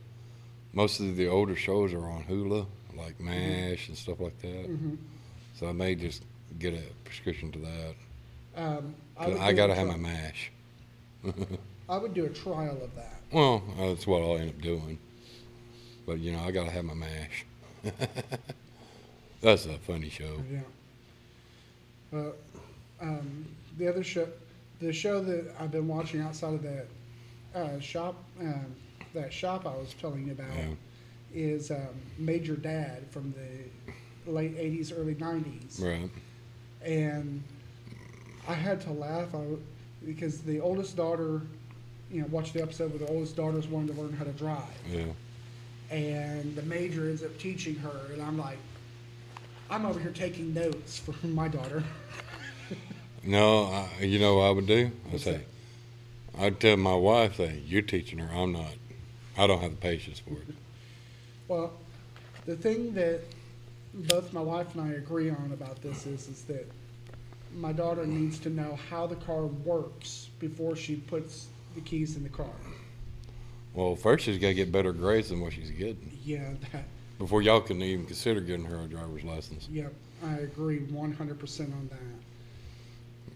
Speaker 2: most of the older shows are on Hulu, like
Speaker 1: Mm-hmm.
Speaker 2: MASH and stuff like that.
Speaker 1: hmm
Speaker 2: So, I may just get a prescription to that.
Speaker 1: Um,
Speaker 2: 'Cause
Speaker 1: would
Speaker 2: I
Speaker 1: do a
Speaker 2: got to have my
Speaker 1: tri-
Speaker 2: MASH.
Speaker 1: I would do a trial of that.
Speaker 2: Well, that's what I'll end up doing. But you know, I gotta have my mash. that's a funny show.
Speaker 1: Yeah. Well, um, the other show, the show that I've been watching outside of that uh, shop, um, that shop I was telling you about,
Speaker 2: Yeah.
Speaker 1: is um, Major Dad from the late '80s, early '90s,
Speaker 2: Right.
Speaker 1: and I had to laugh I, w- because the oldest daughter, you know, watched the episode where the oldest daughter's wanting to learn how to drive.
Speaker 2: Yeah.
Speaker 1: and the major ends up teaching her and i'm like i'm over here taking notes for my daughter
Speaker 2: No, I, you know what I would do? I
Speaker 1: What's
Speaker 2: say,
Speaker 1: that?
Speaker 2: I'd tell my wife that you're teaching her. I'm not. I don't have the patience for it.
Speaker 1: well the thing that both my wife and i agree on about this is is that my daughter needs to know how the car works before she puts the keys in the car
Speaker 2: Well, first she's gotta get better grades than what she's getting
Speaker 1: yeah that
Speaker 2: before y'all can even consider getting her a driver's license.
Speaker 1: yep i agree 100% on that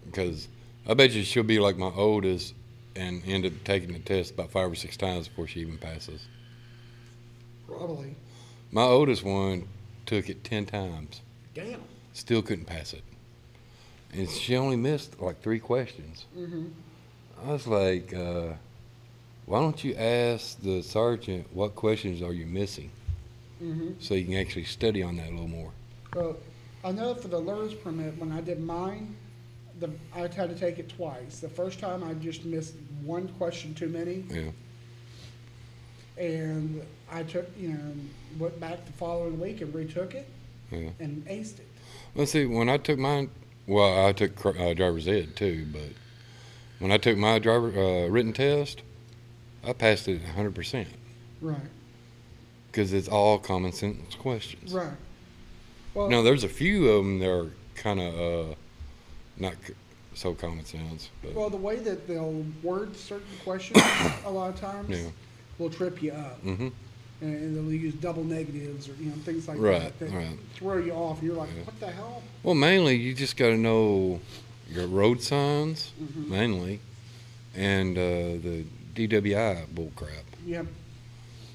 Speaker 2: Because I bet you she'll be like my oldest and end up taking the test about five or six times before she even passes.
Speaker 1: Probably.
Speaker 2: My oldest one took it 10 times,
Speaker 1: Damn.
Speaker 2: still couldn't pass it. And she only missed like three questions.
Speaker 1: Mm-hmm.
Speaker 2: I was like, uh, why don't you ask the sergeant what questions are you missing
Speaker 1: Mm-hmm.
Speaker 2: so you can actually study on that a little more?
Speaker 1: Well, I know for the learner's permit, when I did mine, the, I had to take it twice. The first time, I just missed one question too many,
Speaker 2: Yeah.
Speaker 1: and I took, you know, went back the following week and retook it
Speaker 2: Yeah.
Speaker 1: and aced it.
Speaker 2: Let's see. When I took mine, well, I took cr- uh, driver's ed too, but when I took my driver uh, written test, I passed it 100%
Speaker 1: Right,
Speaker 2: because it's all common sense questions.
Speaker 1: right. Well,
Speaker 2: Now, there's a few of them that are kind of uh, not c- so common sense. But,
Speaker 1: well, the way that they'll word certain questions a lot of times
Speaker 2: Yeah.
Speaker 1: will trip you up,
Speaker 2: hmm
Speaker 1: and, and they'll use double negatives or you know things like
Speaker 2: Right,
Speaker 1: that that
Speaker 2: right.
Speaker 1: throw you off. And you're like,
Speaker 2: Yeah.
Speaker 1: what the hell?
Speaker 2: Well, mainly you just got to know your road signs,
Speaker 1: Mhm.
Speaker 2: mainly, and uh, the DWI bullcrap.
Speaker 1: Yep.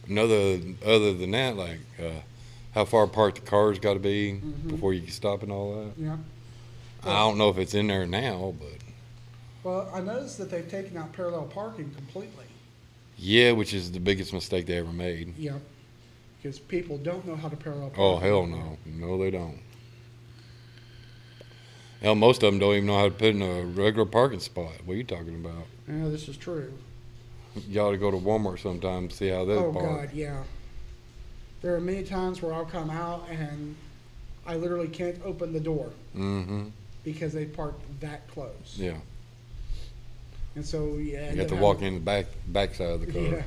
Speaker 2: Another, other than that, like uh, how far apart the cars got to be
Speaker 1: Mhm.
Speaker 2: before you can stop and all that.
Speaker 1: Yep.
Speaker 2: I don't know if it's in there now, but
Speaker 1: Well, I noticed that they've taken out parallel parking completely.
Speaker 2: yeah, which is the biggest mistake they ever made.
Speaker 1: Yep. Because people don't know how to parallel park.
Speaker 2: Oh hell no, no they don't. Hell, most of them don't even know how to put in a regular parking spot. What are you talking about?
Speaker 1: Yeah, this is true.
Speaker 2: You ought to go to Walmart sometime and see how they
Speaker 1: oh
Speaker 2: park.
Speaker 1: God, yeah. There are many times where I'll come out and I literally can't open the door
Speaker 2: Mm-hmm.
Speaker 1: because they parked that close.
Speaker 2: Yeah,
Speaker 1: And so yeah.
Speaker 2: you
Speaker 1: end
Speaker 2: got
Speaker 1: up
Speaker 2: to walk
Speaker 1: having-
Speaker 2: in the back backside of the car.
Speaker 1: Yeah.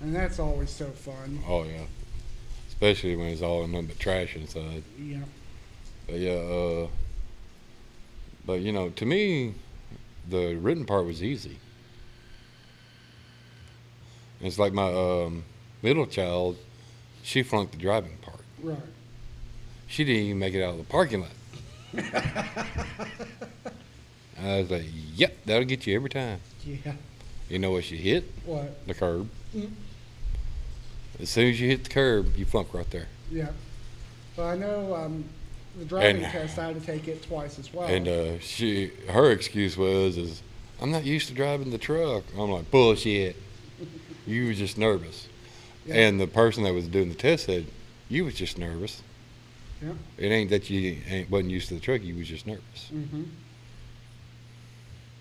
Speaker 1: And that's always so fun.
Speaker 2: Oh yeah, especially when it's all nothing but trash inside.
Speaker 1: Yeah.
Speaker 2: But yeah, uh, but you know, to me, the written part was easy. It's like my um, middle child; she flunked the driving part.
Speaker 1: Right.
Speaker 2: She didn't even make it out of the parking lot. I was like, "Yep, that'll get you every time."
Speaker 1: Yeah.
Speaker 2: You know what she hit?
Speaker 1: What?
Speaker 2: The curb.
Speaker 1: Mm.
Speaker 2: As soon as you hit the curb, you flunk right there.
Speaker 1: Yeah. Well, I know um, the driving
Speaker 2: And-
Speaker 1: test. I had to take it twice as well.
Speaker 2: And uh, she, her excuse was, "Is I'm not used to driving the truck." I'm like, "Bullshit! You was just nervous."
Speaker 1: Yeah.
Speaker 2: And the person that was doing the test said, "You was just nervous.
Speaker 1: yeah.
Speaker 2: It ain't that you ain't wasn't used to the truck. You was just nervous."
Speaker 1: Mm-hmm.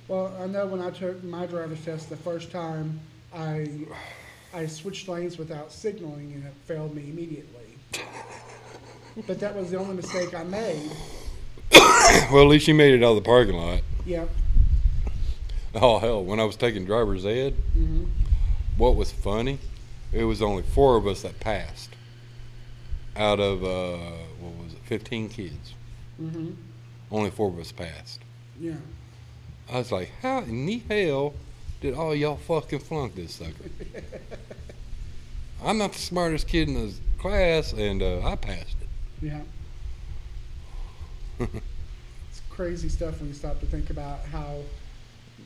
Speaker 1: Well, I know when I took my driver's test the first time, I I switched lanes without signaling and it failed me immediately. but that was the only mistake I made.
Speaker 2: well, at least you made it out of the parking lot.
Speaker 1: Yep.
Speaker 2: Oh hell! When I was taking driver's ed,
Speaker 1: Mm-hmm.
Speaker 2: what was funny? It was only four of us that passed. Out of uh, what was it? Fifteen kids.
Speaker 1: Mm-hmm.
Speaker 2: Only four of us passed.
Speaker 1: Yeah.
Speaker 2: I was like, how in the hell did all y'all fucking flunk this sucker? I'm not the smartest kid in this class, and uh, I passed it.
Speaker 1: Yeah. it's crazy stuff when you stop to think about how,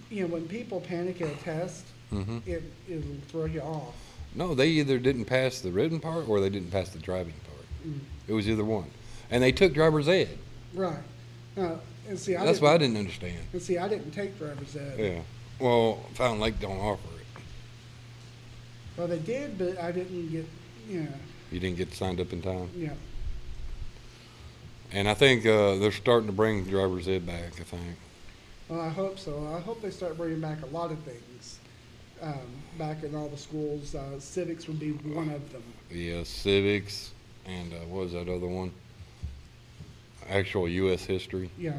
Speaker 1: you know, when people panic at a test,
Speaker 2: Mm-hmm.
Speaker 1: it, it'll throw you off.
Speaker 2: No, they either didn't pass the written part or they didn't pass the driving part.
Speaker 1: Mm.
Speaker 2: It was either one. And they took driver's ed.
Speaker 1: Right. Now, and see, I
Speaker 2: That's
Speaker 1: didn't,
Speaker 2: what I didn't understand.
Speaker 1: And see, I didn't take driver's ed.
Speaker 2: Yeah. Well, Fountain Lake don't offer it.
Speaker 1: Well, they did, but I didn't get, you know,
Speaker 2: You didn't get signed up in time.
Speaker 1: yeah,
Speaker 2: And I think uh, they're starting to bring driver's ed back, I think.
Speaker 1: well, I hope so. I hope they start bringing back a lot of things um, back in all the schools. Uh, civics would be one of them.
Speaker 2: Yeah, uh, civics, and uh, what was that other one? Actual U.S. history.
Speaker 1: Yeah.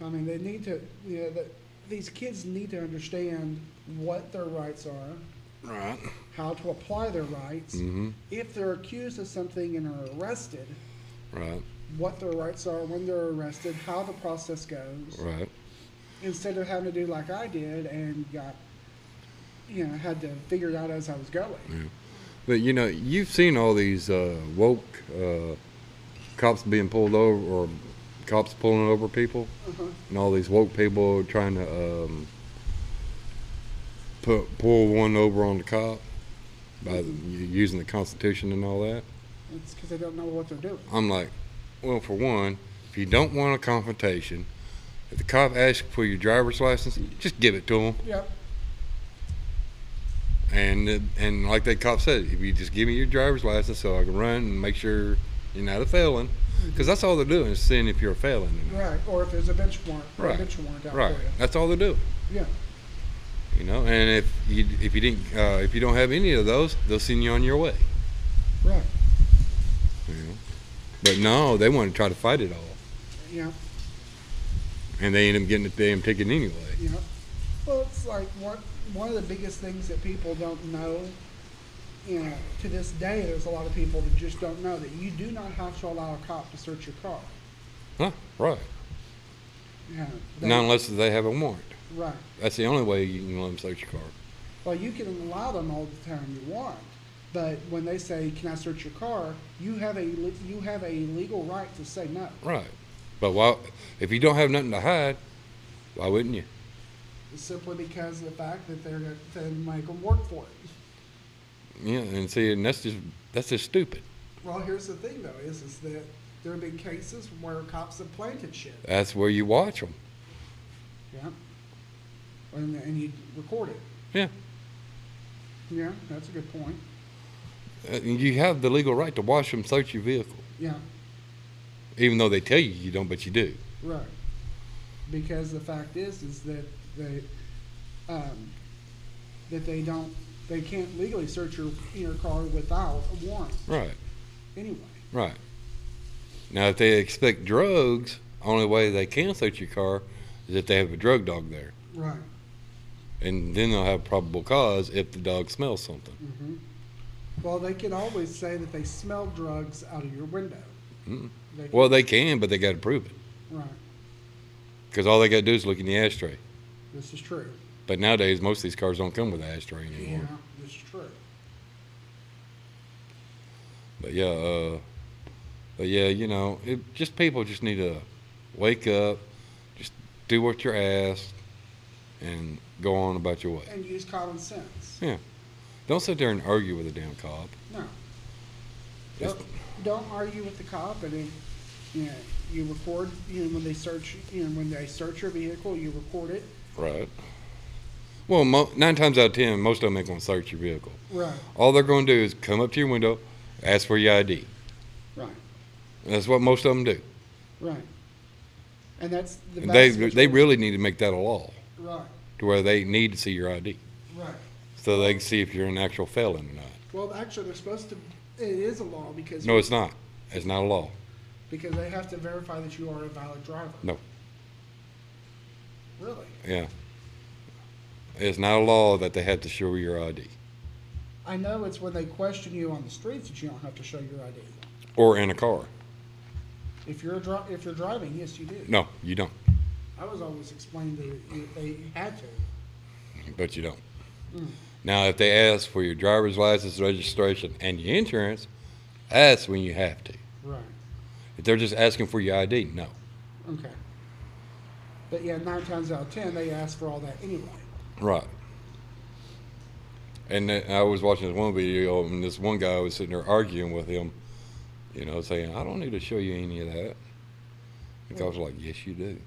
Speaker 1: I mean, they need to, you know, that these kids need to understand what their rights are,
Speaker 2: Right.
Speaker 1: how to apply their rights.
Speaker 2: Mm-hmm.
Speaker 1: If they're accused of something and are arrested,
Speaker 2: Right.
Speaker 1: what their rights are when they're arrested, how the process goes.
Speaker 2: Right.
Speaker 1: instead of having to do like I did and got, you know, had to figure it out as I was going.
Speaker 2: But you know, you've seen all these uh, woke uh, cops being pulled over or cops pulling over people,
Speaker 1: Uh-huh.
Speaker 2: and all these woke people trying to um, pu- pull one over on the cop by the, u- using the Constitution and all that.
Speaker 1: It's because they don't know what they're doing.
Speaker 2: I'm like, well, for one, if you don't want a confrontation, if the cop asks for your driver's license, just give it to him.
Speaker 1: Yep.
Speaker 2: And it- and like that cop said, if you just give me your driver's license so I can run and make sure you're not a felon, because that's all they're doing is seeing if you're a felon. Or not.
Speaker 1: Right. Or if there's a bench warrant, a
Speaker 2: Right.
Speaker 1: bench warrant out
Speaker 2: Right.
Speaker 1: for you.
Speaker 2: That's all they're doing.
Speaker 1: Yeah.
Speaker 2: You know, and if you if you didn't uh, if you don't have any of those, they'll send you on your way.
Speaker 1: Right.
Speaker 2: You know? But no, they want to try to fight it all,
Speaker 1: Yeah.
Speaker 2: and they end up getting the damn ticket anyway.
Speaker 1: Yeah. Well, it's like one one of the biggest things that people don't know. You know, to this day, there's a lot of people that just don't know that you do not have to allow a cop to search your car.
Speaker 2: Huh? Right.
Speaker 1: You know, they-
Speaker 2: Not unless they have a warrant.
Speaker 1: Right.
Speaker 2: That's the only way you can let them search your car.
Speaker 1: Well, you can allow them all the time you want, but when they say, "Can I search your car?" you have a le- you have a legal right to say no.
Speaker 2: Right. But why? If you don't have nothing to hide, why wouldn't you?
Speaker 1: Simply because of the fact that they're going to make them work for it.
Speaker 2: Yeah, and see, and that's just that's just stupid.
Speaker 1: Well, here's the thing though, is is that there have been cases where cops have planted shit.
Speaker 2: That's where you watch them.
Speaker 1: Yeah. And, and you record it.
Speaker 2: Yeah,
Speaker 1: Yeah, that's a good point.
Speaker 2: Uh, you have the legal right to watch them search your vehicle,
Speaker 1: Yeah,
Speaker 2: even though they tell you you don't, but you do.
Speaker 1: right. Because the fact is, is that they, um, that they don't, they can't legally search your your car without a warrant
Speaker 2: Right.
Speaker 1: anyway.
Speaker 2: Right. Now, if they expect drugs, only way they can search your car is if they have a drug dog there,
Speaker 1: Right.
Speaker 2: and then they'll have probable cause if the dog smells something.
Speaker 1: Mm-hmm. Well, they can always say that they smell drugs out of your window.
Speaker 2: Mm.
Speaker 1: They,
Speaker 2: Well, they can, but they got to prove it
Speaker 1: right.
Speaker 2: because all they got to do is look in the ashtray.
Speaker 1: This is true.
Speaker 2: But nowadays, most of these cars don't come with an ashtray anymore.
Speaker 1: Yeah, this is true.
Speaker 2: But yeah, uh, but yeah, you know, it, just people just need to wake up, just do what you're asked, and go on about your way.
Speaker 1: And use common sense.
Speaker 2: Don't sit there and argue with a damn cop.
Speaker 1: No.
Speaker 2: Just-
Speaker 1: Don't, don't argue with the cop and then, you know, you record, you know, when they search, you know, when they search your vehicle, you record it.
Speaker 2: Right. Well, mo- nine times out of ten, most of them ain't gonna search your vehicle.
Speaker 1: Right.
Speaker 2: All they're gonna do is come up to your window, ask for your ID.
Speaker 1: Right,
Speaker 2: That's what most of them do.
Speaker 1: right. And that's the
Speaker 2: And they
Speaker 1: vast majority-
Speaker 2: they really need to make that a law
Speaker 1: Right,
Speaker 2: to where they need to see your ID
Speaker 1: right.
Speaker 2: so they can see if you're an actual felon or not.
Speaker 1: Well, actually, they're supposed to, it is a law because.
Speaker 2: No, it's not. It's not a law.
Speaker 1: Because they have to verify that you are a valid driver.
Speaker 2: No.
Speaker 1: Really?
Speaker 2: Yeah. It's not a law that they have to show your ID
Speaker 1: I know it's when they question you on the streets that you don't have to show your ID.
Speaker 2: or in a car.
Speaker 1: If you're a dri, if you're driving, yes, you do.
Speaker 2: No, you don't.
Speaker 1: I was always explained that they had to.
Speaker 2: But you don't.
Speaker 1: Mm.
Speaker 2: Now, if they ask for your driver's license, registration, and your insurance, that's when you have to.
Speaker 1: Right.
Speaker 2: If they're just asking for your ID, no.
Speaker 1: Okay. But yeah, nine times out of ten, they ask for all that anyway.
Speaker 2: Right. And then I was watching this one video, and this one guy was sitting there arguing with him, you know, saying, I don't need to show you any of that. And I was like, Yes, you do.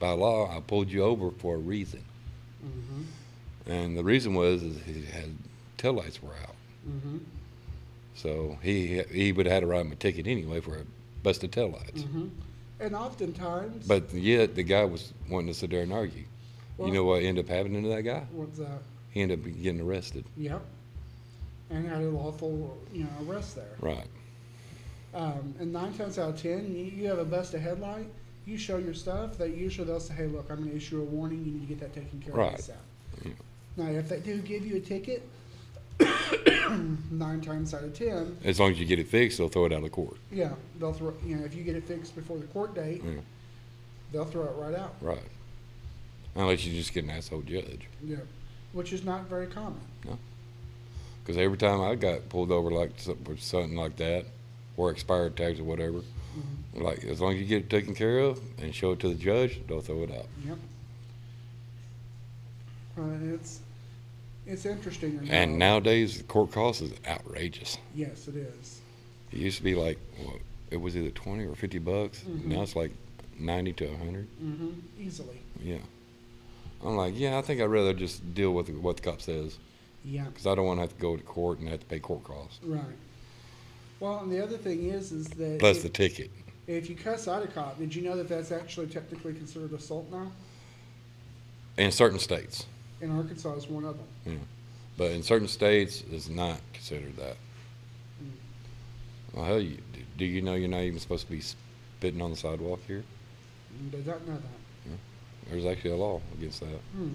Speaker 2: By law, I pulled you over for a reason.
Speaker 1: Mm-hmm.
Speaker 2: And the reason was is his had taillights were out.
Speaker 1: Mm-hmm.
Speaker 2: So he he would have had to write him a ticket anyway for a busted taillights.
Speaker 1: Mm-hmm. And oftentimes,
Speaker 2: But yet the guy was wanting to sit there and argue.
Speaker 1: Well-
Speaker 2: you know what ended up happening to that guy?
Speaker 1: what's that?
Speaker 2: He ended up getting arrested.
Speaker 1: Yep. And had a lawful, you know, arrest there.
Speaker 2: Right.
Speaker 1: Um, and nine times out of ten, you, you have a busted headlight. You show your stuff. They usually they'll say, "Hey, look, I'm going to issue a warning. You need to get that taken care of
Speaker 2: Right.
Speaker 1: ASAP."
Speaker 2: Yeah.
Speaker 1: Now, if they do give you a ticket, nine times out of ten,
Speaker 2: As long as you get it fixed, they'll throw it out of court.
Speaker 1: yeah, they'll throw. You know, if you get it fixed before the court date,
Speaker 2: Yeah.
Speaker 1: they'll throw it right out.
Speaker 2: Right. Unless you just get an asshole judge.
Speaker 1: Yeah, which is not very common.
Speaker 2: Because every time I got pulled over like some- for something like that, or expired tags or whatever, Like as long as you get it taken care of and show it to the judge, they'll throw it out.
Speaker 1: Yep. Uh, it's it's interesting.
Speaker 2: And nowadays, the court cost is outrageous.
Speaker 1: Yes, it is.
Speaker 2: It used to be like what, it was either twenty or fifty bucks.
Speaker 1: Mhm.
Speaker 2: Now it's like ninety to hundred.
Speaker 1: Mm-hmm. Easily.
Speaker 2: Yeah. I'm like, yeah, I think I'd rather just deal with what the cop says
Speaker 1: Yeah.
Speaker 2: because I don't want to have to go to court and have to pay court costs
Speaker 1: Right. Well, and the other thing is, is that
Speaker 2: plus
Speaker 1: if,
Speaker 2: the ticket.
Speaker 1: if you cuss out a cop, did you know that that's actually technically considered assault now?
Speaker 2: In certain states,
Speaker 1: And Arkansas is one of them.
Speaker 2: but in certain states, it's not considered that.
Speaker 1: Mm,
Speaker 2: Well, hell, you, do you know you're not even supposed to be spitting on the sidewalk here?
Speaker 1: And They don't know mm, that.
Speaker 2: There's actually a law against that.
Speaker 1: Hmm.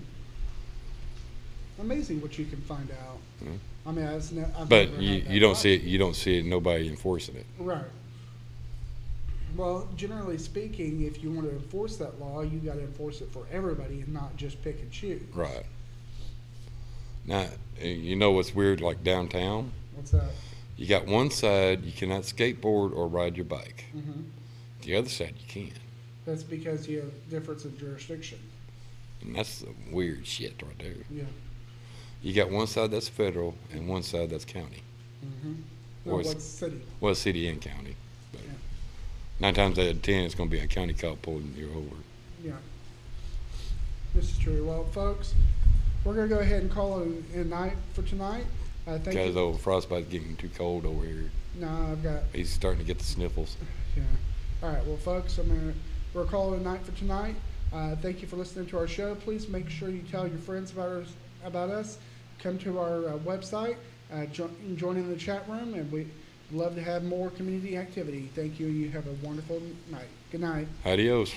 Speaker 1: Amazing what you can find out.
Speaker 2: Yeah.
Speaker 1: I mean, I've, ne- I've
Speaker 2: But
Speaker 1: never
Speaker 2: you,
Speaker 1: had that
Speaker 2: you don't
Speaker 1: problem.
Speaker 2: see it. You don't see it. Nobody enforcing it.
Speaker 1: Right. Well, generally speaking, if you want to enforce that law, you got to enforce it for everybody and not just pick and choose.
Speaker 2: Right. Now, eh, you know what's weird? Like downtown,
Speaker 1: What's that?
Speaker 2: you got one side you cannot skateboard or ride your bike.
Speaker 1: hmm
Speaker 2: The other side you can.
Speaker 1: That's because you have difference in jurisdiction.
Speaker 2: And that's some weird shit right there.
Speaker 1: Yeah.
Speaker 2: You got one side that's federal and one side that's county.
Speaker 1: Mm-hmm.
Speaker 2: Or it's-
Speaker 1: what's city?
Speaker 2: Well, city and county. But
Speaker 1: Yeah.
Speaker 2: nine times out of ten, it's going to be a county cop pulling you over.
Speaker 1: Yeah. This is true. Well, folks, we're gonna go ahead and call it a- a night for tonight. Uh, thank
Speaker 2: Guys,
Speaker 1: you.
Speaker 2: old oh, frostbite's getting too cold over here.
Speaker 1: No, I've got.
Speaker 2: He's starting to get the sniffles.
Speaker 1: Yeah. All right. Well, folks, I'm gonna, we're calling it a night for tonight. Uh, thank you for listening to our show. Please make sure you tell your friends about us. About us. Come to our uh, website. Uh, jo- join in the chat room, and we would love to have more community activity. Thank you. and You have a wonderful night. Good night.
Speaker 2: Adios,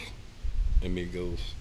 Speaker 2: amigos.